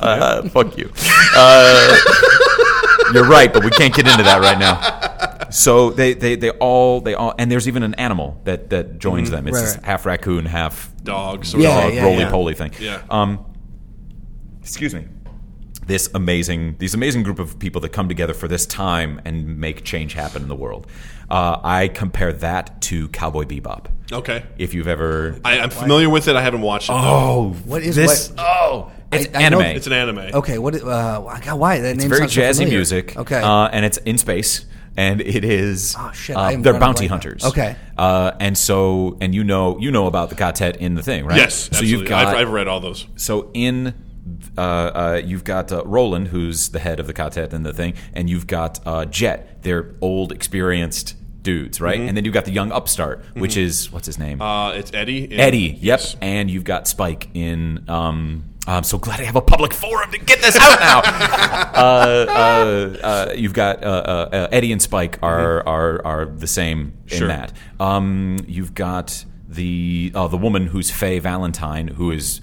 S3: Uh, fuck you. Uh, you're right, but we can't get into that right now. So they, they, they all they all and there's even an animal that that joins them. It's
S5: Right,
S3: this
S5: right.
S3: half raccoon, half
S2: Dog, sort
S5: Yeah,
S2: of.
S3: dog,
S5: yeah,
S3: Oh, roly
S5: yeah.
S3: poly thing.
S2: Yeah.
S3: Um, excuse me. This amazing, these amazing group of people that come together for this time and make change happen in the world. Uh, I compare that to Cowboy Bebop.
S2: Okay.
S3: If you've ever,
S2: I, I'm familiar with it. I haven't watched it. though.
S3: oh,
S5: What is
S3: this?
S5: what-
S3: Oh, it's
S5: I- I know
S3: anime.
S5: this-
S2: It's an anime.
S5: Okay, what? i- Uh, God, why that
S3: It's
S5: name
S3: very
S5: sounds so
S3: jazzy
S5: familiar.
S3: music.
S5: Okay,
S3: uh, and it's in space, and it is.
S5: Oh, shit,
S3: uh,
S5: I am
S3: they're
S5: drawing a
S3: bounty
S5: blank now.
S3: hunters.
S5: Okay.
S3: uh, and so and you know you know about the quartet in the thing, right?
S2: Yes,
S3: So
S2: absolutely.
S3: you've got
S2: I've, I've read all those.
S3: so in uh, uh, you've got uh, Roland, who's the head of the quartet E and the thing, and you've got uh, Jet. They're old, experienced dudes, right? And then you've got the young upstart, which is what's his name?
S2: Uh, it's Eddie. in-
S3: Eddie. Yep.
S2: Yes.
S3: And you've got Spike in. Um, I'm so glad I have a public forum to get this out now. uh, uh, uh, you've got uh, uh, uh, Eddie and Spike are are are the same in
S2: Mm-hmm. Sure.
S3: that. Um, you've got the uh, the woman who's Faye Valentine, who is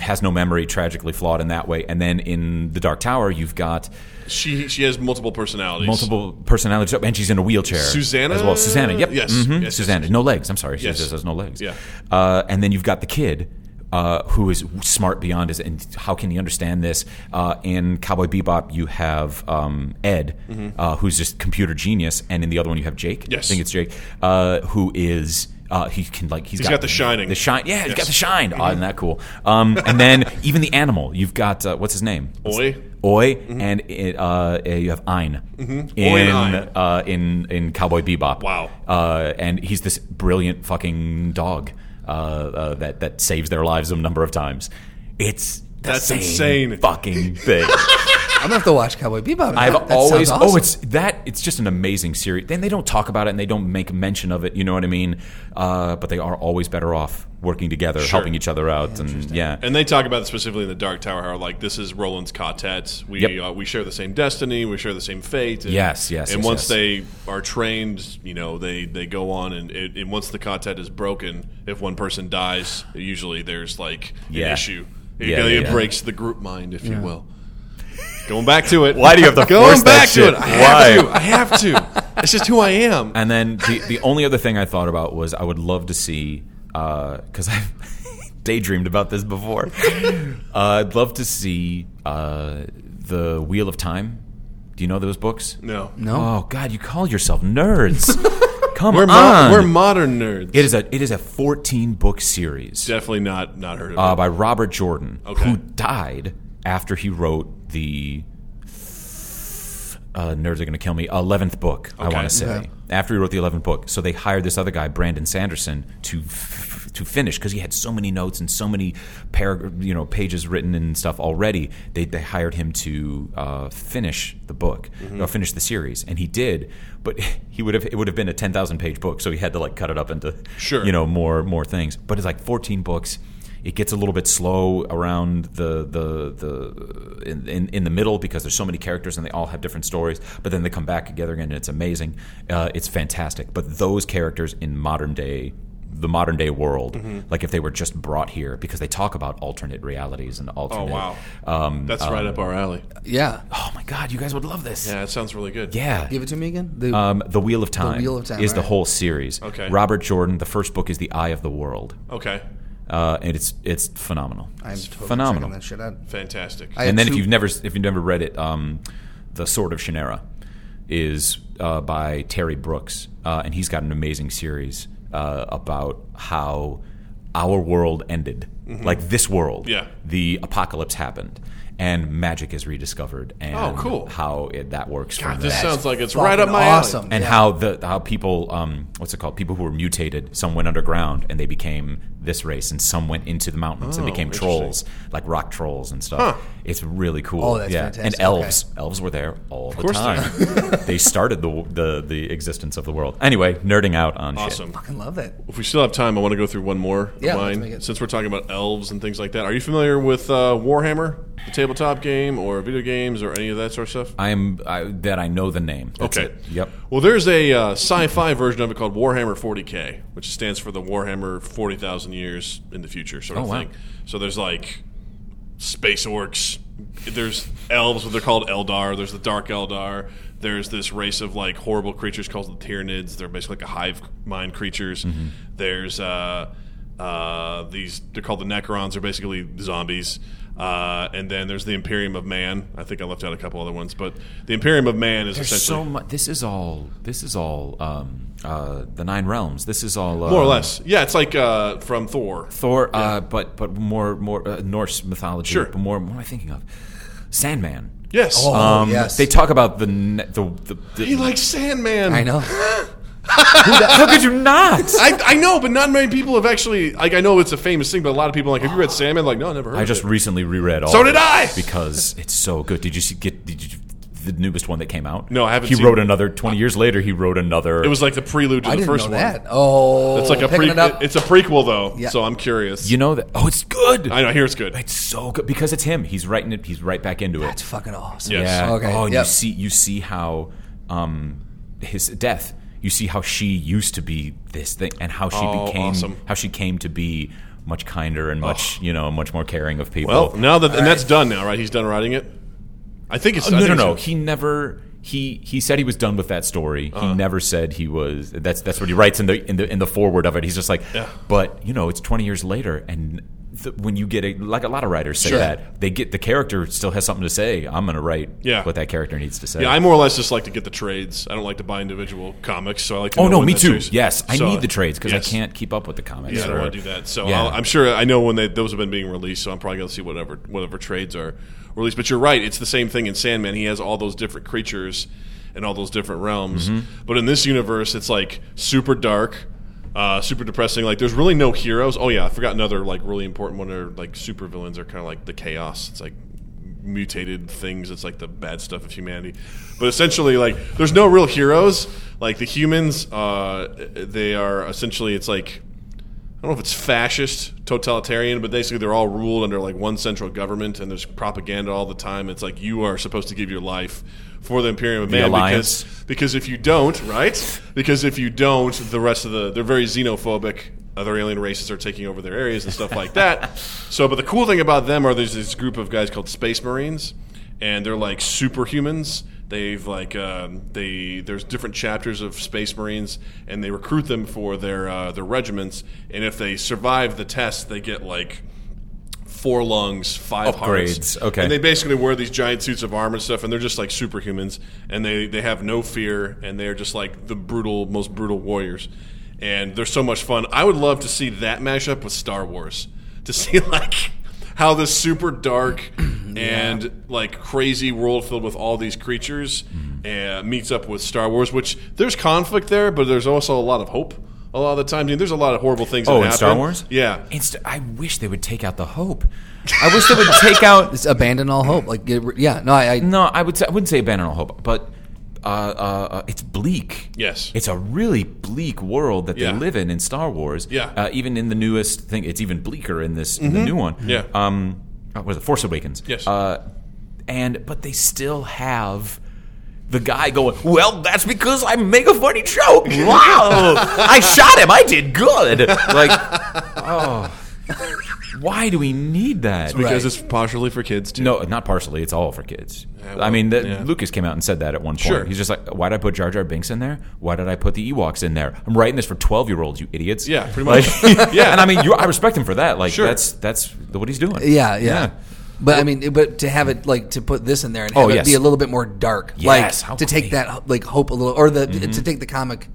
S3: has no memory, tragically flawed in that way, and then in the Dark Tower, you've got
S2: She she has multiple personalities.
S3: multiple personalities, Oh, and she's in a wheelchair.
S2: Susanna?
S3: as well. Susanna, yep,
S2: Yes,
S3: mhm,
S2: yes, yes,
S3: Susanna, no legs. I'm sorry, she
S2: Yes.
S3: just has no legs.
S2: Yeah.
S3: uh, and then you've got the kid. Uh, who is smart beyond his and how can he understand this uh, in cowboy bebop you have um, ed uh, who's just computer genius and in the other one you have jake
S2: Mm-hmm. Yes.
S3: i think it's jake uh, who is uh, he can like
S2: He's got the shining.
S3: the shine yeah he's
S2: Yes. Mm-hmm.
S3: got the shine oh isn't that cool um, and then even the animal you've got uh, what's his name
S2: Oi. Mm-hmm.
S3: Oi, and it, uh, uh, you have Ein in
S2: Oi and Ein.
S3: Uh, in in Cowboy Bebop.
S2: Wow.
S3: Uh, and he's this brilliant fucking dog uh, uh, that that saves their lives a number of times. It's the
S2: That's
S3: same
S2: insane.
S3: fucking thing.
S5: I'm gonna have to watch Cowboy Bebop.
S3: I've
S5: That- that
S3: always
S5: sounds awesome.
S3: oh it's that it's just an amazing series. Then they don't talk about it and they don't make mention of it. You know what I mean? Uh, but they are always better off working together, helping each other out, and yeah.
S2: And they talk about it specifically in the Dark Tower, how like this is Roland's quartet. We
S3: Yep.
S2: uh, we share the same destiny, we share the same fate. And,
S3: Yes, yes,
S2: And
S3: yes,
S2: once
S3: yes.
S2: they are trained, you know, they they go on, and it, and once the quartet is broken, if one person dies, usually there's like an
S3: Yeah.
S2: issue. It,
S3: Yeah,
S2: it
S3: yeah, yeah.
S2: breaks the group mind, if you will. Going back to it.
S3: Why do you have to
S2: Going
S3: force that
S2: back to it.
S3: shit?
S2: I have
S3: Why?
S2: to. I have to. It's just who I am.
S3: And then the, the only other thing I thought about was I would love to see because I've daydreamed about this before. Uh, I'd love to see uh, the Wheel of Time. Do you know those books?
S2: No.
S5: no.
S3: Oh God, you call yourself nerds? Come
S2: We're, mo-
S3: on,
S2: we're modern nerds.
S3: it is a it is a fourteen book series
S2: Definitely not not heard of
S3: uh,
S2: it.
S3: by Robert Jordan,
S2: Okay.
S3: who died after he wrote the. Uh, nerds are going to kill me. Eleventh book, I
S2: Okay.
S3: want to say.
S5: Okay.
S3: After he wrote the eleventh book, so they hired this other guy, Brandon Sanderson, to f- to finish because he had so many notes and so many parag- you know, pages written and stuff already. They they hired him to uh, finish the book
S2: Mm-hmm.
S3: or finish the series, and he did. But he would have it would have been a ten thousand page book, so he had to like cut it up into
S2: Sure.
S3: you know more more things. But it's like 14 books. It gets a little bit slow around the the the in, in, in the middle because there's so many characters and they all have different stories. But then they come back together again, and it's amazing. Uh, it's fantastic. But those characters in modern day. The modern day world,
S5: Mm-hmm.
S3: like if they were just brought here, because they talk about alternate realities
S5: Oh,
S3: and alternate.
S2: wow.
S3: Um,
S2: That's right up our alley.
S5: Yeah.
S3: oh my god, you guys would love this.
S2: Yeah, it sounds really good.
S3: yeah.
S5: Give it to me again. The-
S3: Um, the Wheel of Time,
S5: Wheel of Time,
S3: is the
S5: right.
S3: whole series.
S2: Okay.
S3: Robert Jordan. The first book is The Eye of the World
S2: Okay.
S3: uh, and it's it's phenomenal.
S5: I'm
S3: It's
S5: totally
S3: phenomenal.
S5: checking that shit out.
S2: Fantastic.
S5: I had
S3: and then
S5: two-
S3: if you've never if you've never read it, um, the Sword of Shannara is uh, by Terry Brooks, uh, and he's got an amazing series uh, about how our world ended, like this world.
S2: Mm-hmm. Yeah.
S3: the apocalypse happened, and magic is rediscovered. And
S2: Oh, cool.
S3: How it, that works. from
S2: God, this
S3: there.
S2: sounds like it's right up my
S5: Fucking
S2: alley.
S5: awesome.
S3: and
S5: Yeah.
S3: how the how people um, what's it called people who were mutated some went underground and they became this race and some went into the mountains and
S2: Oh,
S3: became
S2: interesting.
S3: trolls like rock trolls and stuff it's really cool
S5: Oh, that's
S3: yeah
S5: fantastic.
S3: and elves elves were there all the
S2: course they
S3: time they started the, the the existence of the world anyway nerding out on
S2: Awesome.
S5: I love that.
S2: If we still have time, I want to go through one more. of
S5: Yeah, let's
S2: mine.
S5: make it-
S2: Since we're talking about elves and things like that, are you familiar with uh, Warhammer, the tabletop game, or video games, or any of that sort of stuff?
S3: shit i'm I, that i know the name That's
S2: Okay.
S3: it. yep
S2: Well, there's a uh, sci-fi version of it called Warhammer 40k, which stands for the Warhammer 40,000 years in the future sort of
S3: Oh, wow.
S2: thing. So there's like space orcs, there's elves, what they're called Eldar. There's the Dark Eldar. There's this race of like horrible creatures called the Tyranids. They're basically like a hive mind creatures.
S3: Mm-hmm.
S2: There's uh, uh, these. They're called the Necrons. They're basically zombies. Uh, and then there's the Imperium of Man. I think I left out a couple other ones, but the Imperium of Man is
S3: there's
S2: essentially
S3: so much this is all this is all um, uh, the nine realms this is all uh,
S2: More or less. Yeah, it's like uh, from Thor.
S3: Thor, uh, but but more more uh, Norse mythology.
S2: Sure.
S3: But more, what am I thinking of? Sandman.
S2: Yes. Uh,
S5: Oh,
S3: Um,
S5: yes.
S3: They talk about the ne- the. the, the
S2: he likes Sandman.
S5: I know.
S3: How could you not?
S2: I, I know, but not many people have actually. Like, I know it's a famous thing, but a lot of people are like, have you read Sandman? Like, no, I never heard.
S3: I
S2: of
S3: just
S2: it.
S3: recently reread all.
S2: So
S3: of
S2: did
S3: it
S2: I!
S3: Because it's so good. Did you see, get? Did you? The newest one that came out.
S2: No, I haven't
S3: He
S2: seen
S3: wrote
S2: it.
S3: another. Twenty years later, he wrote another.
S2: It was like the prelude to
S5: I
S2: the
S5: didn't know
S2: first one.
S5: that. Oh,
S2: It's like a
S5: picking
S2: pre-
S5: it up.
S2: It's a prequel though,
S5: Yeah.
S2: so I'm curious.
S3: You know that? Oh, it's good.
S2: I know. Here it's good.
S3: It's so good because it's him. He's writing it. He's right back into it.
S5: That's fucking awesome.
S2: Yes.
S3: Yeah.
S5: Okay.
S3: Oh, and
S5: Yep.
S3: you see, you see how um, his death. you see how she used to be this thing and how she
S2: Oh,
S3: became
S2: awesome.
S3: how she came to be much kinder and much you know much more caring of people.
S2: Well, now that and that's done now, right? He's done writing it. I think it's
S3: Uh,
S2: I
S3: no, no,
S2: think
S3: no.
S2: it's-
S3: He never. He he said he was done with that story.
S2: Uh-huh.
S3: He never said he was. That's that's what he writes in the in the in the foreword of it. He's just like,
S2: Yeah.
S3: but you know, it's twenty years later, and th- when you get a like a lot of writers say
S5: Sure.
S3: that they get the character still has something to say. I'm gonna write
S2: Yeah.
S3: what that character needs to say.
S2: Yeah, I more or less just like to get the trades. I don't like to buy individual comics, so I like. to
S3: oh
S2: know
S3: no,
S2: when
S3: me
S2: that
S3: too.
S2: series-
S3: Yes, I
S2: so-
S3: need the trades because
S2: yes.
S3: I can't keep up with the comics.
S2: Yeah, I
S3: or-
S2: don't want to do that. So
S3: Yeah.
S2: I'll, I'm sure I know when they, those have been being released. So I'm probably going to see whatever whatever trades are released. But you're right; it's the same thing in Sandman. He has all those different creatures and all those different realms. But in this universe, it's like super dark, uh, super depressing. Like there's really no heroes. Oh yeah, I forgot another like really important one. Are like super villains are kind of like the chaos. It's like mutated things. It's like the bad stuff of humanity. But essentially, like there's no real heroes. Like the humans, uh, they are essentially it's like I don't know if it's fascist, totalitarian, but basically they're all ruled under like one central government, and there's propaganda all the time. It's like you are supposed to give your life for the Imperium of Man
S3: Alliance.
S2: because because if you don't, right? Because if you don't, the rest of the they're very xenophobic. Other alien races are taking over their areas and stuff like that. so, but the cool thing about them are there's this group of guys called Space Marines, and they're like superhumans. They've like um, they there's different chapters of Space Marines, and they recruit them for their uh, their regiments. And if they survive the test, they get like four lungs, five hearts.
S3: Upgrades, okay.
S2: And they basically wear these giant suits of armor and stuff, and they're just like superhumans, and they they have no fear, and they're just like the brutal, most brutal warriors. And they're so much fun. I would love to see that mashup with Star Wars to see like how this super dark and like crazy world filled with all these creatures
S3: Mm-hmm.
S2: uh, meets up with Star Wars, which there's conflict there, but there's also a lot of hope. A lot of the time, dude, there's a lot of horrible things.
S3: Oh,
S2: that
S3: in
S2: happen.
S3: Star Wars?
S2: yeah.
S3: Inst- I wish they would take out the hope. I wish they would take out
S5: It's abandon all hope. Like, get, rid- yeah, no, I, I
S3: No, I would say, I wouldn't say abandon all hope, but uh, uh, uh, it's bleak.
S2: Yes.
S3: it's a really bleak world that
S2: Yeah.
S3: they live in in Star Wars.
S2: Yeah. Mm-hmm.
S3: uh, even in the newest thing, it's even bleaker in this in the new one.
S2: Yeah.
S3: um, uh, what is it? Force Awakens.
S2: Yes.
S3: uh, and but they still have. The guy going, well, that's because I make a funny joke. Wow, I shot him. I did good. Like, oh, why do we need that?
S2: Because
S5: Right.
S2: it's partially for kids too.
S3: No, not partially. It's all for kids.
S2: Uh, well,
S3: I mean, the,
S2: yeah.
S3: Lucas came out and said that at one point.
S2: Sure.
S3: He's just like, "Why did I put Jar Jar Binks in there? Why did I put the Ewoks in there? I'm writing this for twelve year olds, you idiots."
S2: Yeah, pretty much.
S3: Like-
S2: Yeah.
S3: and I mean, you, I respect him for that. Like,
S2: Sure.
S3: that's that's what he's doing.
S5: Yeah, yeah. But I mean, it- but to have it like to put this in there and
S3: Oh,
S5: have it
S3: yes.
S5: be a little bit more dark,
S3: Yes, how
S5: like to take
S3: great.
S5: that like hope a little, or the to take the comic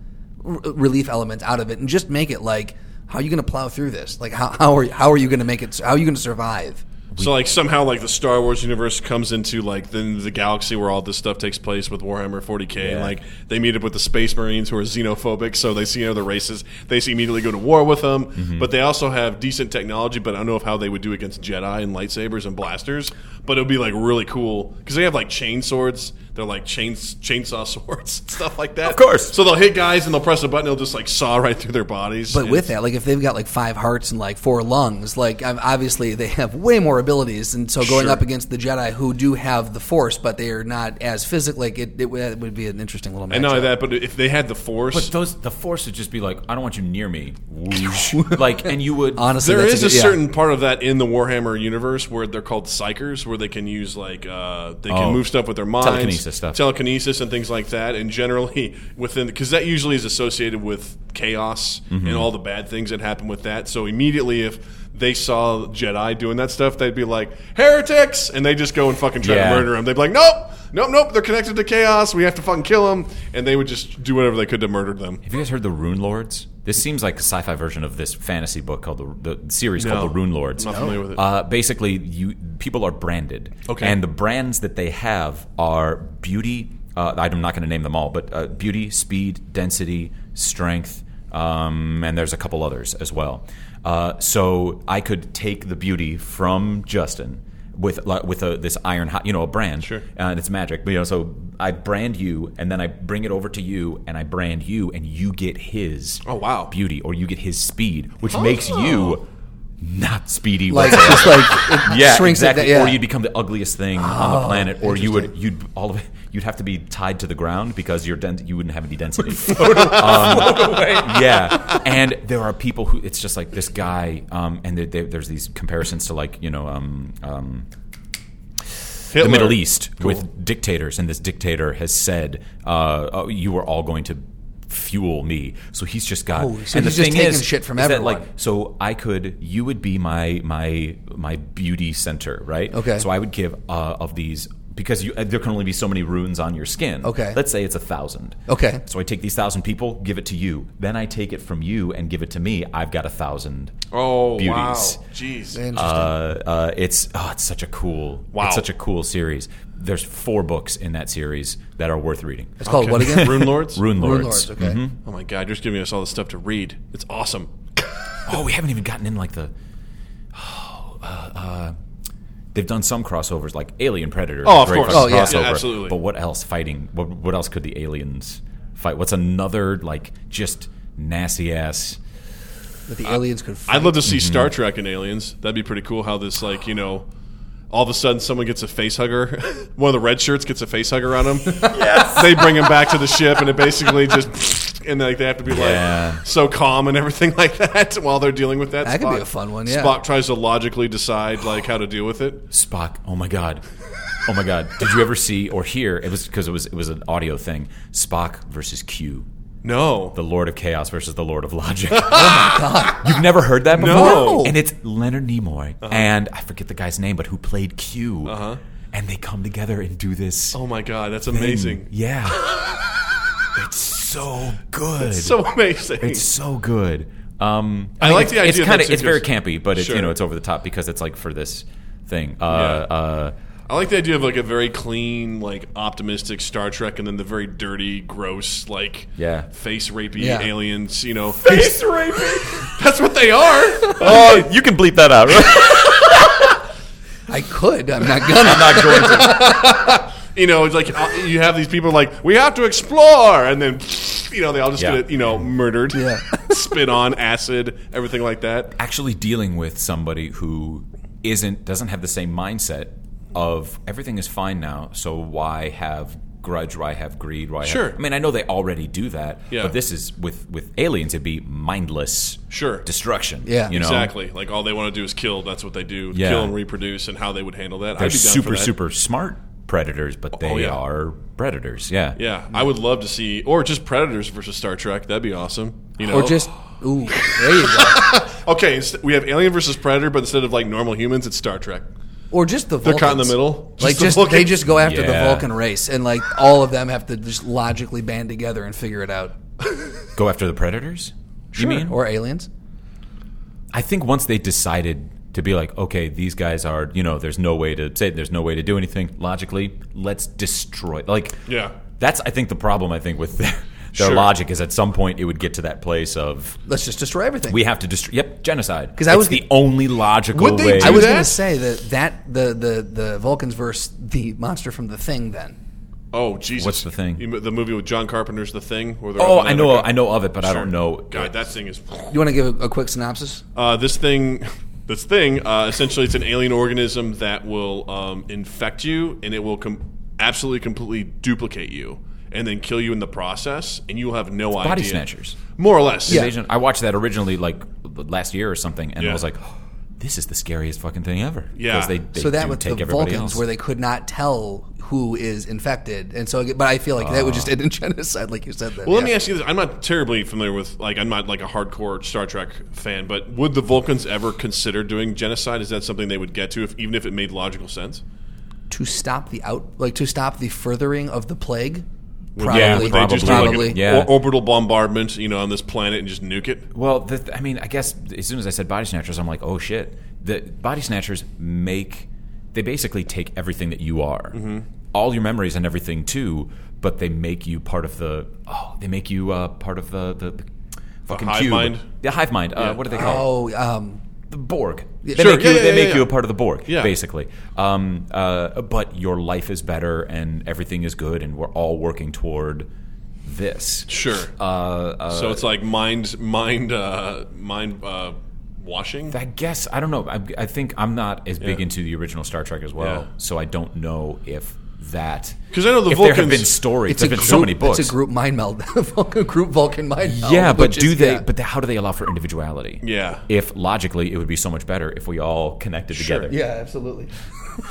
S5: r- relief element out of it and just make it like how are you going to plow through this? Like how how are how are you going to make it? How are you going to survive?
S2: So like somehow like the Star Wars universe comes into like the, the galaxy where all this stuff takes place with Warhammer 40k and
S3: Yeah.
S2: like they meet up with the Space Marines who are xenophobic so they see other races they see immediately go to war with them
S3: Mm-hmm.
S2: but they also have decent technology but I don't know if how they would do against Jedi and lightsabers and blasters but it would be like really cool because they have like chain swords they're like chains chainsaw swords stuff like that
S3: Of course.
S2: so they'll hit guys and they'll press a button it'll just like saw right through their bodies
S5: But
S2: And
S5: with that, like if they've got like five hearts and like four lungs, like ob- obviously they have way more abilities. And so going
S2: Sure.
S5: up against the Jedi who do have the Force, but they are not as physical. Like it, it, would- it would be an interesting little. Matchup.
S2: and not only that but if they had the Force
S3: But those the Force would just be like, "I don't want you near me." Whoosh. like, and you would
S5: Honestly,
S2: There
S5: that's
S2: is a,
S5: good- yeah.
S2: certain part of that in the Warhammer universe where they're called psychers, where they can use like uh, they can
S3: Oh.
S2: move stuff with their minds,
S3: Telekinesis stuff.
S2: telekinesis and things like that. And generally within because that usually is associated with chaos
S3: Mm-hmm.
S2: and all the bad things that happen with that. So immediately if they saw Jedi doing that stuff, they'd be like heretics, and they just go and fucking try
S3: Yeah.
S2: to murder them. They'd be like, nope. Nope, nope. They're connected to chaos. We have to fucking kill them, and they would just do whatever they could to murder them.
S3: Have you guys heard the Rune Lords? This seems like a sci-fi version of this fantasy book called the, the series
S2: No.
S3: called the Rune Lords.
S2: I'm not familiar with it.
S3: Uh, basically, you people are branded,
S2: Okay.
S3: and the brands that they have are beauty. Uh, I'm not going to name them all, but uh, beauty, speed, density, strength, um, and there's a couple others as well. Uh, so I could take the beauty from Justin with like, with a, this iron hot, you know, a brand,
S2: Sure.
S3: uh, and it's magic. But, you know, so I brand you, and then I bring it over to you, and I brand you, and you get his
S2: Oh, wow.
S3: beauty, or you get his speed, which makes you not speedy
S5: Like
S3: whatsoever.
S5: just like it
S3: yeah,
S5: shrinks it
S3: exactly.
S5: down,
S3: Or
S5: yeah. Oh,
S3: you'd become the ugliest thing on the planet, or you would you'd all of you'd have to be tied to the ground because your dent you wouldn't have any density. Um, Yeah, and there are people who it's just like this guy, um, and there there- there's these comparisons to like you know. Um, um,
S2: Hitler.
S3: the Middle East with dictators, and this dictator has said, uh, oh, "You are all going to fuel me." So he's just got.
S5: Oh, so
S3: and
S5: he's
S3: the
S5: just
S3: thing
S5: taking
S3: is,
S5: shit from
S3: is that,
S5: everyone.
S3: like, so I could, you would be my my my beauty center, right?
S5: Okay.
S3: So I would give uh, of these. Because you, uh, there can only be so many runes on your skin.
S5: Okay.
S3: Let's say it's a thousand.
S5: Okay.
S3: So I take these thousand people, give it to you. Then I take it from you and give it to me. I've got a thousand.
S2: Oh, wow.
S3: Beauties.
S2: Jeez.
S5: Interesting.
S3: Uh, uh, it's oh, it's such a cool,
S2: Wow.
S3: it's such a cool series. There's four books in that series that are worth reading.
S5: it's called what again?
S2: Rune Lords?
S3: Rune Lords.
S5: Rune Lords. Okay.
S2: Oh my god, you're just giving us all this stuff to read. It's awesome.
S3: Oh, we haven't even gotten in like the. Oh, uh, uh, they've done some crossovers like Alien Predator.
S2: Oh, of
S3: Great
S2: course.
S3: fucking
S5: Oh,
S2: Yeah,
S5: yeah.
S3: crossover.
S2: absolutely.
S3: But what else fighting? What, what else could the aliens fight? What's another like just nasty ass?
S5: That the aliens could. Fight.
S2: I'd love to see Star Trek and Aliens. That'd be pretty cool. How this like you know. All of a sudden, someone gets a face hugger. One of the red shirts gets a face hugger on him. yes. They bring him back to the ship, and it basically just and like they have to be
S3: Yeah.
S2: like so calm and everything like that while they're dealing with that.
S5: That could be
S2: Spock-
S5: a fun one, yeah.
S2: Spock tries to logically decide like how to deal with it.
S3: Spock. Oh my god. Oh my god. Did you ever see or hear? It was because it was it was an audio thing. Spock versus Q.
S2: No,
S3: the Lord of Chaos versus the Lord of Logic. oh my god! You've never heard that before?
S5: No.
S3: And it's Leonard Nimoy
S2: Uh-huh.
S3: and I forget the guy's name, but who played Q. Uh-huh. And they come together and do this.
S2: oh my god, that's
S3: thing.
S2: amazing.
S3: Yeah. it's so good.
S2: So amazing.
S3: It's so good. Um,
S2: I like the
S3: it's-
S2: idea
S3: It's kind
S2: that
S3: of
S2: too,
S3: it's very
S2: 'cause-
S3: campy, but it's
S2: Sure.
S3: you know it's over the top because it's like for this thing. Uh,
S2: Yeah.
S3: uh,
S2: I like the idea of like a very clean, like optimistic Star Trek, and then the very dirty, gross, like
S3: Yeah.
S2: face rapey
S5: Yeah.
S2: aliens. You know, face rapey. That's what they are.
S3: oh, you can bleep that out. Right?
S5: I could. I'm not gonna.
S3: I'm not going to.
S2: You know, it's like uh, you have these people like we have to explore, and then you know they all just
S3: Yeah.
S2: get you know murdered,
S5: Yeah.
S2: spit on, acid, everything like that.
S3: actually dealing with somebody who isn't doesn't have the same mindset of everything is fine now, so why have grudge? Why have greed? Why?
S2: Sure.
S3: Have, I mean, I know they already do that,
S2: Yeah.
S3: but this is with with aliens. It'd be mindless
S2: Sure.
S3: destruction.
S5: Yeah.
S3: you know,
S2: Exactly. Like all they want to do is kill. That's what they do.
S3: Yeah.
S2: Kill and reproduce, and how they would handle that.
S3: They're
S2: I'd be down for
S3: super
S2: that. Oh,
S3: super smart predators, but they
S2: yeah.
S3: are predators. Yeah,
S2: Yeah, I would love to see, or just Predators versus Star Trek. That'd be awesome. You know,
S5: Or just. Ooh, there you go.
S2: Okay, inst- we have Alien versus Predator, but instead of like normal humans, it's Star Trek.
S5: Or just the
S2: They're
S5: Vulcans.
S2: caught in the middle.
S5: like
S2: the
S5: just
S2: Vulcan-
S5: they just go after
S3: Yeah.
S5: the Vulcan race, and like all of them have to just logically band together and figure it out.
S3: Go after the predators. You mean?
S5: or aliens?
S3: I think once they decided to be like, okay, these guys are, you know, there's no way to say, there's no way to do anything logically. Let's destroy. Like,
S2: Yeah.
S3: that's I think the problem. I think with their, their
S2: Sure.
S3: logic is at some point it would get to that place of
S5: Let's just destroy everything.
S3: we have to destroy. Yep, genocide.
S5: 'Cause I
S3: It's
S5: was-
S3: the only logical
S2: Would they
S3: way.
S2: do
S5: I was
S2: that?
S5: going to say that that the the the Vulcans versus the monster from the Thing. Then
S2: Oh Jesus!
S3: What's the thing?
S2: You mo- the movie with John Carpenter's The Thing. Where they're
S3: oh,
S2: up in
S3: I know,
S2: Antarctica.
S3: I know of it, but I don't know.
S2: God, that thing is.
S5: you want to give a, a quick synopsis?
S2: Uh, this thing, this thing, uh, essentially, it's an alien organism that will um, infect you, and it will com- absolutely, completely duplicate you, and then kill you in the process, and you will have no idea.
S3: Body Snatchers.
S2: More or less.
S5: Yeah.
S3: Asian- I watched that originally like last year or something, and
S2: Yeah.
S3: I was like, this is the scariest fucking thing ever.
S2: Yeah.
S3: because they, they
S5: so that
S3: do
S5: was
S3: take
S5: the
S3: everybody
S5: Vulcans,
S3: else.
S5: where they could not tell who is infected, and so again- but I feel like that would
S3: Ah.
S5: just end in genocide, like you said. Then
S2: Well, let
S5: yeah.
S2: me ask you this. I'm not terribly familiar with, like, I'm not like a hardcore Star Trek fan, but would the Vulcans ever consider doing genocide? Is that something they would get to, if, even if it made logical sense?
S5: to stop the out, like to stop the furthering of the plague.
S3: yeah,
S5: Probably,
S2: Would they just do, like,
S5: probably.
S2: an
S3: Yeah.
S2: or- orbital bombardment, you know, on this planet and just nuke it?
S3: Well, the th- I mean, I guess as soon as I said body snatchers, I'm like, oh shit. The body snatchers make they basically take everything that you are,
S2: Mm-hmm.
S3: all your memories and everything too, but they make you part of the oh, they make you uh, part of the the, the fucking
S2: hive
S3: cube.
S2: mind?
S3: The hive mind. Uh, What are they called?
S5: Oh, um,
S3: The Borg. They
S2: Sure,
S3: make
S2: yeah,
S3: you,
S2: yeah,
S3: they
S2: yeah,
S3: make
S2: yeah.
S3: you a part of the Borg,
S2: Yeah.
S3: basically. Um, uh, but your life is better and everything is good, and we're all working toward this.
S2: Sure. Uh, so it's like mind, mind, uh, mind uh, washing.
S3: I guess I don't know. I, I think I'm not as big
S2: Yeah.
S3: into the original Star Trek as well,
S2: Yeah.
S3: so I don't know if that
S2: 'Cause I know the
S3: if there have
S2: Vulcans-
S3: been stories.
S5: It's
S3: There've
S5: a
S3: been
S5: group,
S3: so many books.
S5: It's a group mind meld. Vulcan- group Vulcan mind meld.
S3: Yeah, but
S5: which
S3: do
S5: is-
S3: they?
S5: yeah.
S3: But the, how do they allow for individuality?
S2: Yeah.
S3: If logically, it would be so much better if we all connected together.
S5: yeah, absolutely.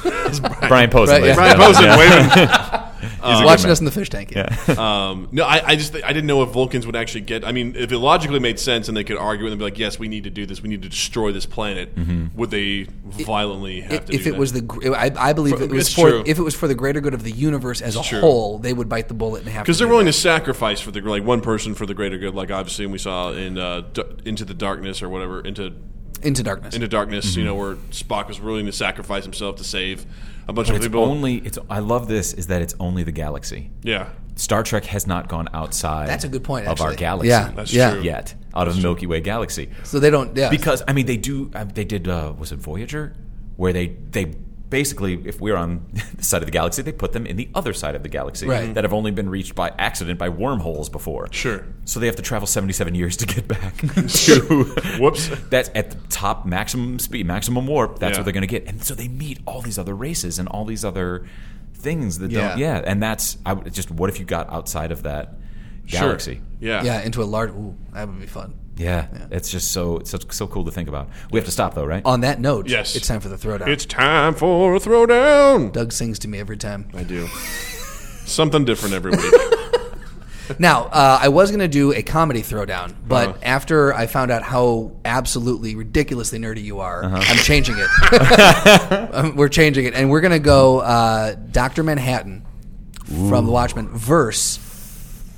S3: Brian Posen.
S5: Right,
S3: ladies
S5: yeah.
S2: Brian
S3: and gentlemen.
S2: Posen,
S3: Yeah.
S2: wait a minute.
S5: He's watching us in the fish tank. Yeah.
S2: Um, no, I, I just I didn't know if Vulcans would actually get. I mean, if it logically made sense and they could argue and be like, "Yes, we need to do this. We need to destroy this planet," would they violently have to?
S5: Mm-hmm. if
S2: do
S5: it
S2: that?
S5: was the, gr- I, I believe it was
S2: It's
S5: for
S2: true.
S5: if it was for the greater good of the universe as a
S2: true.
S5: whole, they would bite the bullet and have
S2: because
S5: to
S2: they're
S5: do
S2: willing
S5: that.
S2: to sacrifice for the like one person for the greater good, like obviously we saw in uh, D- Into the Darkness or whatever into
S5: into darkness.
S2: Into Darkness.
S3: Mm-hmm.
S2: You know where Spock was willing to sacrifice himself to save a bunch of
S3: It's
S2: people.
S3: only. It's. I love this. Is that it's only the galaxy.
S2: yeah,
S3: Star Trek has not gone outside.
S5: That's a good point.
S3: Of our
S5: actually.
S3: galaxy.
S5: yeah,
S2: That's
S5: yeah.
S2: true.
S3: Yet out of the Milky Way galaxy.
S5: So they don't. Yeah,
S3: because I mean they do uh, they did uh, was it Voyager where they they basically if we're on the side of the galaxy they put them in the other side of the galaxy
S5: Right.
S3: that have only been reached by accident by wormholes before
S2: Sure.
S3: so they have to travel 77 years to get back to
S2: Whoops.
S3: that's at the top maximum speed maximum warp that's
S2: Yeah.
S3: what they're going to get and so they meet all these other races and all these other things that
S5: Yeah.
S3: don't yeah and that's I would just what if you got outside of that
S2: Sure.
S3: galaxy
S2: Yeah,
S5: yeah, into a large. Ooh, that would be fun.
S3: yeah, it's just so it's so, so cool to think about. We have to stop though, right?
S5: On that note,
S2: Yes.
S5: it's time for the throwdown.
S2: It's time for a throwdown.
S5: Doug sings to me every time.
S2: I do something different every week.
S5: Now, uh, I was going to do a comedy throwdown, but
S2: Uh-huh.
S5: after I found out how absolutely ridiculously nerdy you are,
S3: Uh-huh.
S5: I'm changing it. Um, we're changing it, and we're going to go uh, Doctor Manhattan from The Watchmen verse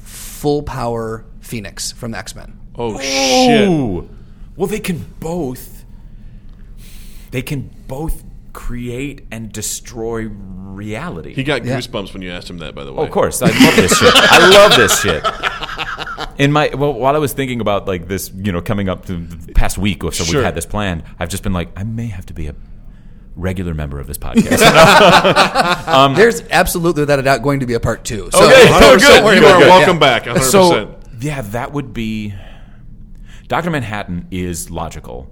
S5: Full Power Phoenix from the X Men.
S2: Oh shit!
S3: Ooh. Oh. Well, they can both. They can both create and destroy reality.
S2: He got goosebumps when you asked him that. By the way,
S3: Oh, of course, I love this shit. I love this shit. In my well, while I was thinking about like this, you know, coming up to the past week or so,
S2: Sure.
S3: we've had this planned. I've just been like, I may have to be a regular member of this podcast. Um,
S5: There's absolutely, without a doubt, going to be a part two. So,
S3: Okay.
S5: don't
S2: Oh,
S3: Oh,
S2: good.
S3: good.
S5: worry
S2: You
S5: about
S2: are
S5: it.
S2: welcome
S5: Yeah.
S2: back. 100%.
S3: So yeah, that would be Doctor Manhattan is logical,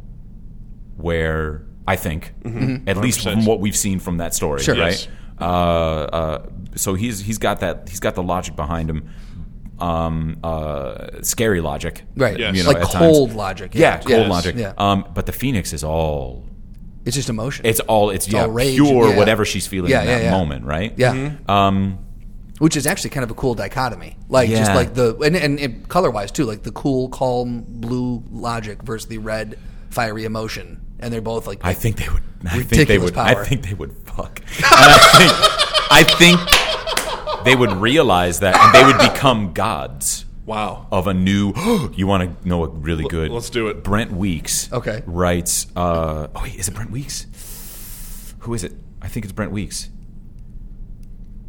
S3: where I think at least
S2: 100%.
S3: from what we've seen from that story,
S5: Sure.
S3: right?
S2: Yes.
S3: Uh, uh, so he's he's got that he's got the logic behind him, um, uh, scary logic,
S5: Right.
S2: Yes.
S3: You know,
S5: like
S3: at times.
S5: cold logic.
S3: yeah, cold
S5: Yes.
S3: logic.
S5: Yeah.
S3: Um, but the Phoenix is all
S5: It's just emotion.
S3: it's all it's, yeah
S5: all rage,
S3: pure
S5: yeah.
S3: whatever she's feeling
S5: Yeah,
S3: in
S5: yeah,
S3: that
S5: yeah.
S3: moment, right?
S5: yeah.
S3: Um,
S5: which is actually kind of a cool dichotomy. Like just
S3: Yeah.
S5: like the and, and, and color wise too, like the cool, calm blue logic versus the red, fiery emotion, and they're both like
S3: I think they would. I think they
S5: Ridiculous
S3: would.
S5: power.
S3: I think they would fuck. And I think, I think they would realize that, and they would become gods
S2: wow.
S3: of a new. you want to know a really good?
S2: let's do it.
S3: Brent Weeks.
S5: Okay.
S3: Writes. Uh, oh wait, is it Brent Weeks? Who is it? I think it's Brent Weeks.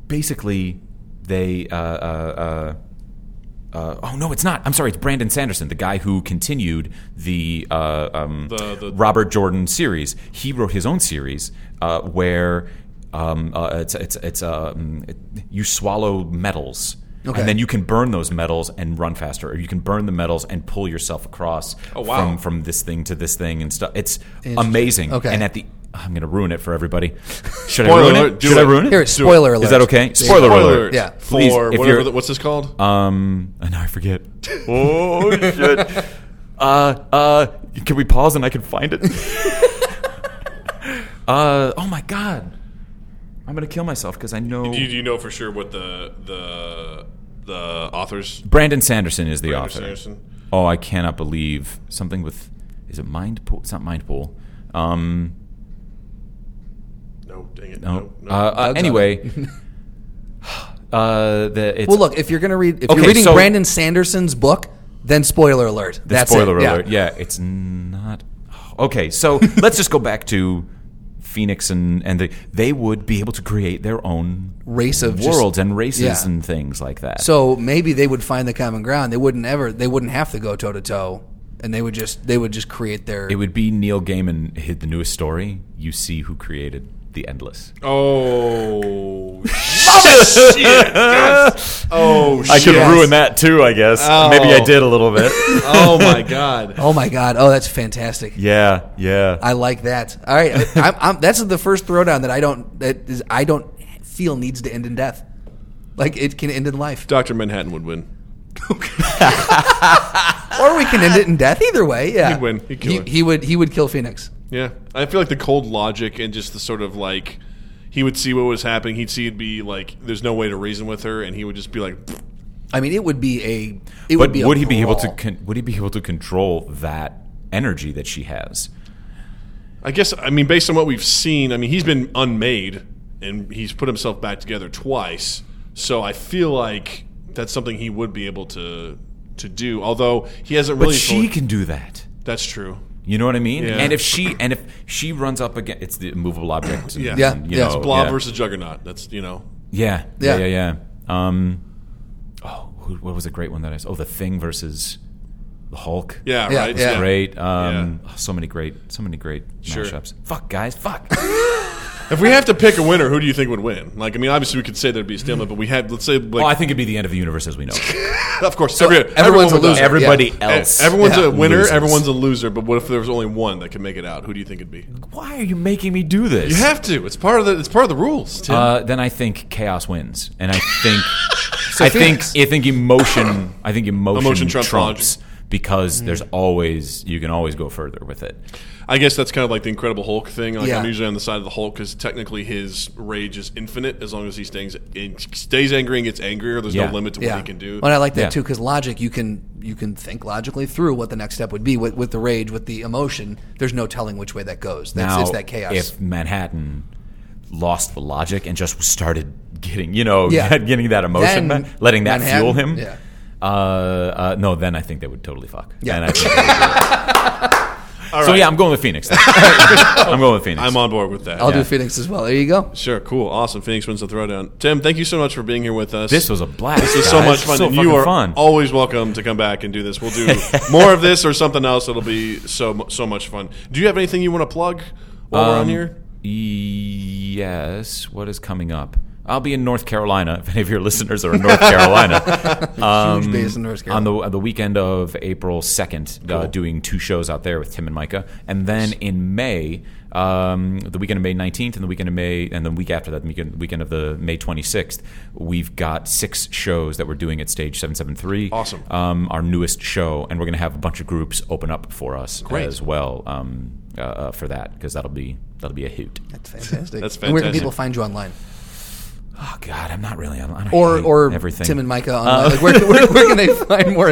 S3: Basically, they. Uh, uh, uh, uh, oh no, it's not. I'm sorry. It's Brandon Sanderson, the guy who continued the uh, um,
S2: The- the-
S3: Robert Jordan series. He wrote his own series uh, where um, uh, it's it's it's um, it, you swallow metals.
S5: Okay.
S3: And then you can burn those metals and run faster, or you can burn the metals and pull yourself across
S2: Oh, wow.
S3: from from this thing to this thing and stuff. It's amazing.
S5: Okay.
S3: And at the I'm going to ruin it for everybody. Should I
S2: Spoiler
S3: ruin
S2: alert,
S3: it?
S2: do
S3: Should I
S2: it.
S3: ruin it?
S5: here.
S2: Do it.
S5: Spoiler alert.
S3: Is that okay?
S5: There you
S3: Spoiler
S5: go.
S2: Spoiler.
S3: alert.
S5: Yeah.
S3: Please,
S2: For
S3: if
S2: whatever.
S3: you're-
S2: The, what's this called?
S3: Um, and now I forget.
S2: oh shit!
S3: Uh, uh, can we pause and I can find it? uh, oh my god, I'm gonna kill myself because I know
S2: Do you, do you know for sure what the the the authors?
S3: Brandon Sanderson is the author.
S2: Sanderson?
S3: Oh, I cannot believe something with is it mind pool? It's not mind pool. Um,
S2: No, dang it.
S3: no.
S2: No. no.
S3: Uh, uh,
S5: Doug's
S3: anyway, uh, the it's
S5: Well, look, if you're gonna read, if you're
S3: Okay,
S5: reading
S3: so-
S5: Brandon Sanderson's book, then spoiler alert.
S3: the
S5: That's
S3: spoiler
S5: it.
S3: alert. Yeah. it's not okay. So let's just go back to Phoenix and and the, they would be able to create their own
S5: Race of just-
S3: worlds and races
S5: yeah.
S3: and things like that.
S5: So maybe they would find the common ground. They wouldn't ever. They wouldn't have to go toe to toe, and they would just. They would just create their.
S3: it would be Neil Gaiman hit the newest story. You see who created the endless.
S2: oh shit! shit. God. Oh, shit.
S6: I could ruin that too, I guess. Maybe I
S2: Oh.
S6: did a little bit.
S2: Oh, my God.
S5: Oh my god! Oh, that's fantastic.
S6: yeah, yeah.
S5: I like that. All right, I- I'm, I'm, that's the first throwdown that I don't that is I don't feel needs to end in death. Like it can end in life,
S2: Dr. Manhattan would win.
S5: or we can end it in death. Either way, yeah,
S2: He'd win. He'd kill
S5: he,
S2: her.
S5: he would. He would kill Phoenix.
S2: Yeah. I feel like the cold logic and just the sort of like, he would see what was happening. He'd see it be like, there's no way to reason with her. And he would just be like,
S5: I mean, it would be a. It
S3: but
S5: would be. a
S3: would he be able to
S5: brawl.
S3: con- would he be able to control that energy that she has?
S2: I guess, I mean, based on what we've seen, I mean, he's been unmade and he's put himself back together twice. So I feel like that's something he would be able to to do. Although he hasn't
S3: But
S2: really.
S3: she
S2: fully-
S3: can do that.
S2: that's true.
S3: You know what I mean?
S2: Yeah.
S3: And if she and if she runs up against it's the immovable object. and-
S2: Yeah.
S5: Yeah,
S3: and, you
S5: yeah.
S3: know,
S5: It's
S2: Blob
S3: Oh, yeah.
S2: versus Juggernaut. That's you know.
S3: Yeah, yeah,
S5: Yeah.
S3: yeah, yeah. Um, oh, who, what was a great one that I saw? Oh, the Thing versus the Hulk.
S2: Yeah.
S5: Yeah,
S2: right.
S5: yeah.
S3: Great. Um, oh, so many great, so many great
S2: Sure.
S3: mashups. Fuck, guys, fuck.
S2: If we have to pick a winner, who do you think would win? Like, I mean, obviously we could say there'd be a stalemate, but we had let's say like
S3: well, Oh, I think it'd be the end of the universe as we know. it.
S2: of course every-
S5: everyone's a
S2: would die.
S5: loser.
S6: Everybody
S5: Yeah.
S2: E-
S6: else.
S2: Everyone's
S5: Yeah.
S2: a winner.
S3: Losers.
S2: Everyone's a loser. But what if there was only one that could make it out? Who do you think it'd be?
S3: Why are you making me do this?
S2: You have to. It's part of the. It's part of the rules. Tim.
S3: Uh, then I think chaos wins, and I think I think
S5: Phoenix.
S3: I think emotion. I think emotion,
S2: Emotion trumps
S3: trumps, because there's always you can always go further with it.
S2: I guess that's kind of like the Incredible Hulk thing. Like
S5: Yeah.
S2: I'm usually on the side of the Hulk because technically his rage is infinite as long as he stays stays angry and gets angrier. There's
S3: Yeah.
S2: no limit to what
S5: Yeah,
S2: he can do.
S5: And I like that
S3: Yeah.
S5: too because logic, you can you can think logically through what the next step would be with, with the rage, with the emotion. There's no telling which way that goes. That's
S3: now,
S5: it's that chaos.
S3: if Manhattan lost the logic and just started getting, you know,
S5: Yeah.
S3: getting that emotion,
S5: Then
S3: back, letting that
S5: Manhattan-
S3: fuel him.
S5: yeah.
S3: Uh, uh, no, then I think they would totally fuck.
S5: Yeah.
S3: Then I think they would do it. So yeah, I'm going with Phoenix. then. I'm going with Phoenix.
S2: I'm on board with that.
S5: I'll do
S3: yeah.
S5: Phoenix as well. There you go.
S2: Sure, cool, awesome. Phoenix wins the throwdown. Tim, thank you so much for being here with us.
S3: This was a blast.
S2: This was so
S3: guys.
S2: much fun.
S3: So
S2: and you
S3: fucking
S2: are
S3: fun.
S2: always welcome to come back and do this. We'll do more of this or something else. It'll be so mu- so much fun. Do you have anything you want to plug while we're on
S3: Um,
S2: here?
S3: Yes. What is coming up? I'll be in North Carolina. If any of your listeners are in North Carolina,
S5: Huge base in North
S3: Um, on
S5: Carolina.
S3: the on the weekend of April second, uh, doing two shows out there with Tim and Micah, and then in May, um, the weekend of May nineteenth, and the weekend of May, and the week after that, the weekend, weekend of the May twenty sixth, we've got six shows that we're doing at Stage Seven Seven Three.
S2: Awesome.
S3: Um, our newest show, and we're going to have a bunch of groups open up for us
S2: Great.
S3: as well um, uh, uh, for that because that'll be that'll be a hoot.
S5: That's fantastic.
S2: That's
S5: And where can
S2: fantastic.
S5: people find you online?
S3: Oh God, I'm not really on. I
S5: Or
S3: hate
S5: or
S3: everything. Uh,
S5: Tim and Micah online? like where, where, where can they find more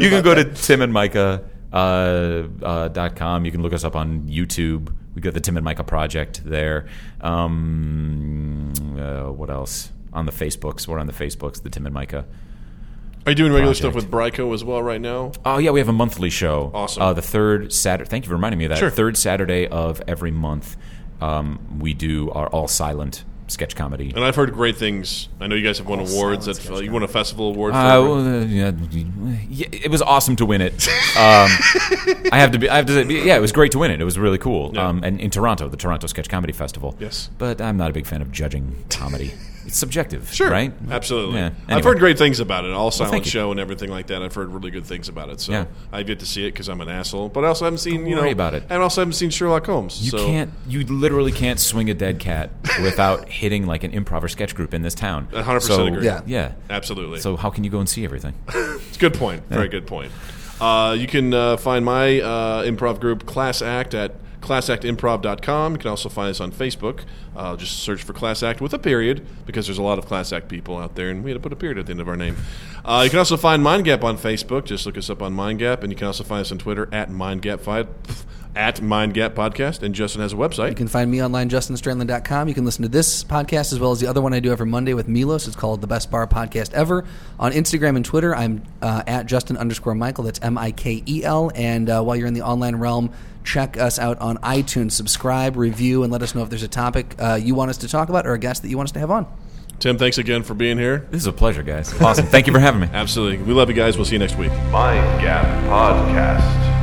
S3: You can
S5: about
S3: go
S5: that?
S3: to Tim and Micah. Uh, uh, dot com. You can look us up on YouTube. We got the Tim and Micah Project there. Um, uh, what else on the Facebooks? We're on the Facebooks. The Tim and Micah.
S2: Are you doing regular stuff with
S3: Project.
S2: Bryco as well right now?
S3: Oh yeah, we have a monthly show.
S2: Awesome.
S3: Uh, the third Saturday. Thank you for reminding me of that.
S2: Sure.
S3: Third Saturday of every month, um, we do our all silent sketch comedy.
S2: And I've heard great things. I know you guys have won awards. At, you won a festival award. For
S3: Uh, well, uh, yeah, yeah, it was awesome to win it. Um, I have to be. I have to. Say, yeah, it was great to win it. It was really cool.
S2: Yeah.
S3: Um, and in Toronto, the Toronto Sketch Comedy Festival.
S2: Yes.
S3: but I'm not a big fan of judging comedy. it's subjective,
S2: Sure.
S3: right?
S2: Absolutely.
S3: Yeah.
S2: I've
S3: Anyway.
S2: heard great things about it. All silent
S3: thank you.
S2: show and everything like that. I've heard really good things about it. So
S3: Yeah.
S2: I've yet to see it because I'm an asshole. But I also haven't seen
S3: Don't
S2: you know
S3: worry about it.
S2: And also haven't seen Sherlock Holmes.
S3: You
S2: so.
S3: can't. You literally can't swing a dead cat without hitting like an improv or sketch group in this town.
S2: 100%
S3: so,
S2: agree.
S5: Yeah.
S3: Yeah.
S2: Absolutely.
S3: So how can you go and see everything?
S2: It's a good point. Very good point. Uh, you can uh, find my uh, improv group Class Act at classactimprov.com. You can also find us on Facebook. Uh, just search for Class Act with a period because there's a lot of Class Act people out there, and we had to put a period at the end of our name. Uh, you can also find MindGap on Facebook. Just look us up on MindGap, and you can also find us on Twitter at MindGapPod, at MindGap Podcast. And Justin has a website.
S5: You can find me online, justinstrandland.com. You can listen to this podcast as well as the other one I do every Monday with Milos. It's called The Best Bar Podcast Ever. On Instagram and Twitter, I'm uh, at Justin underscore Michael. That's M I K E L. And uh, while you're in the online realm, check us out on iTunes. Subscribe, review, and let us know if there's a topic uh, you want us to talk about or a guest that you want us to have on.
S2: Tim, thanks again for being here.
S3: This is a pleasure, guys. Awesome. Thank you for having me.
S2: Absolutely. We love you guys. We'll see you next week.
S4: Mind Gap Podcast.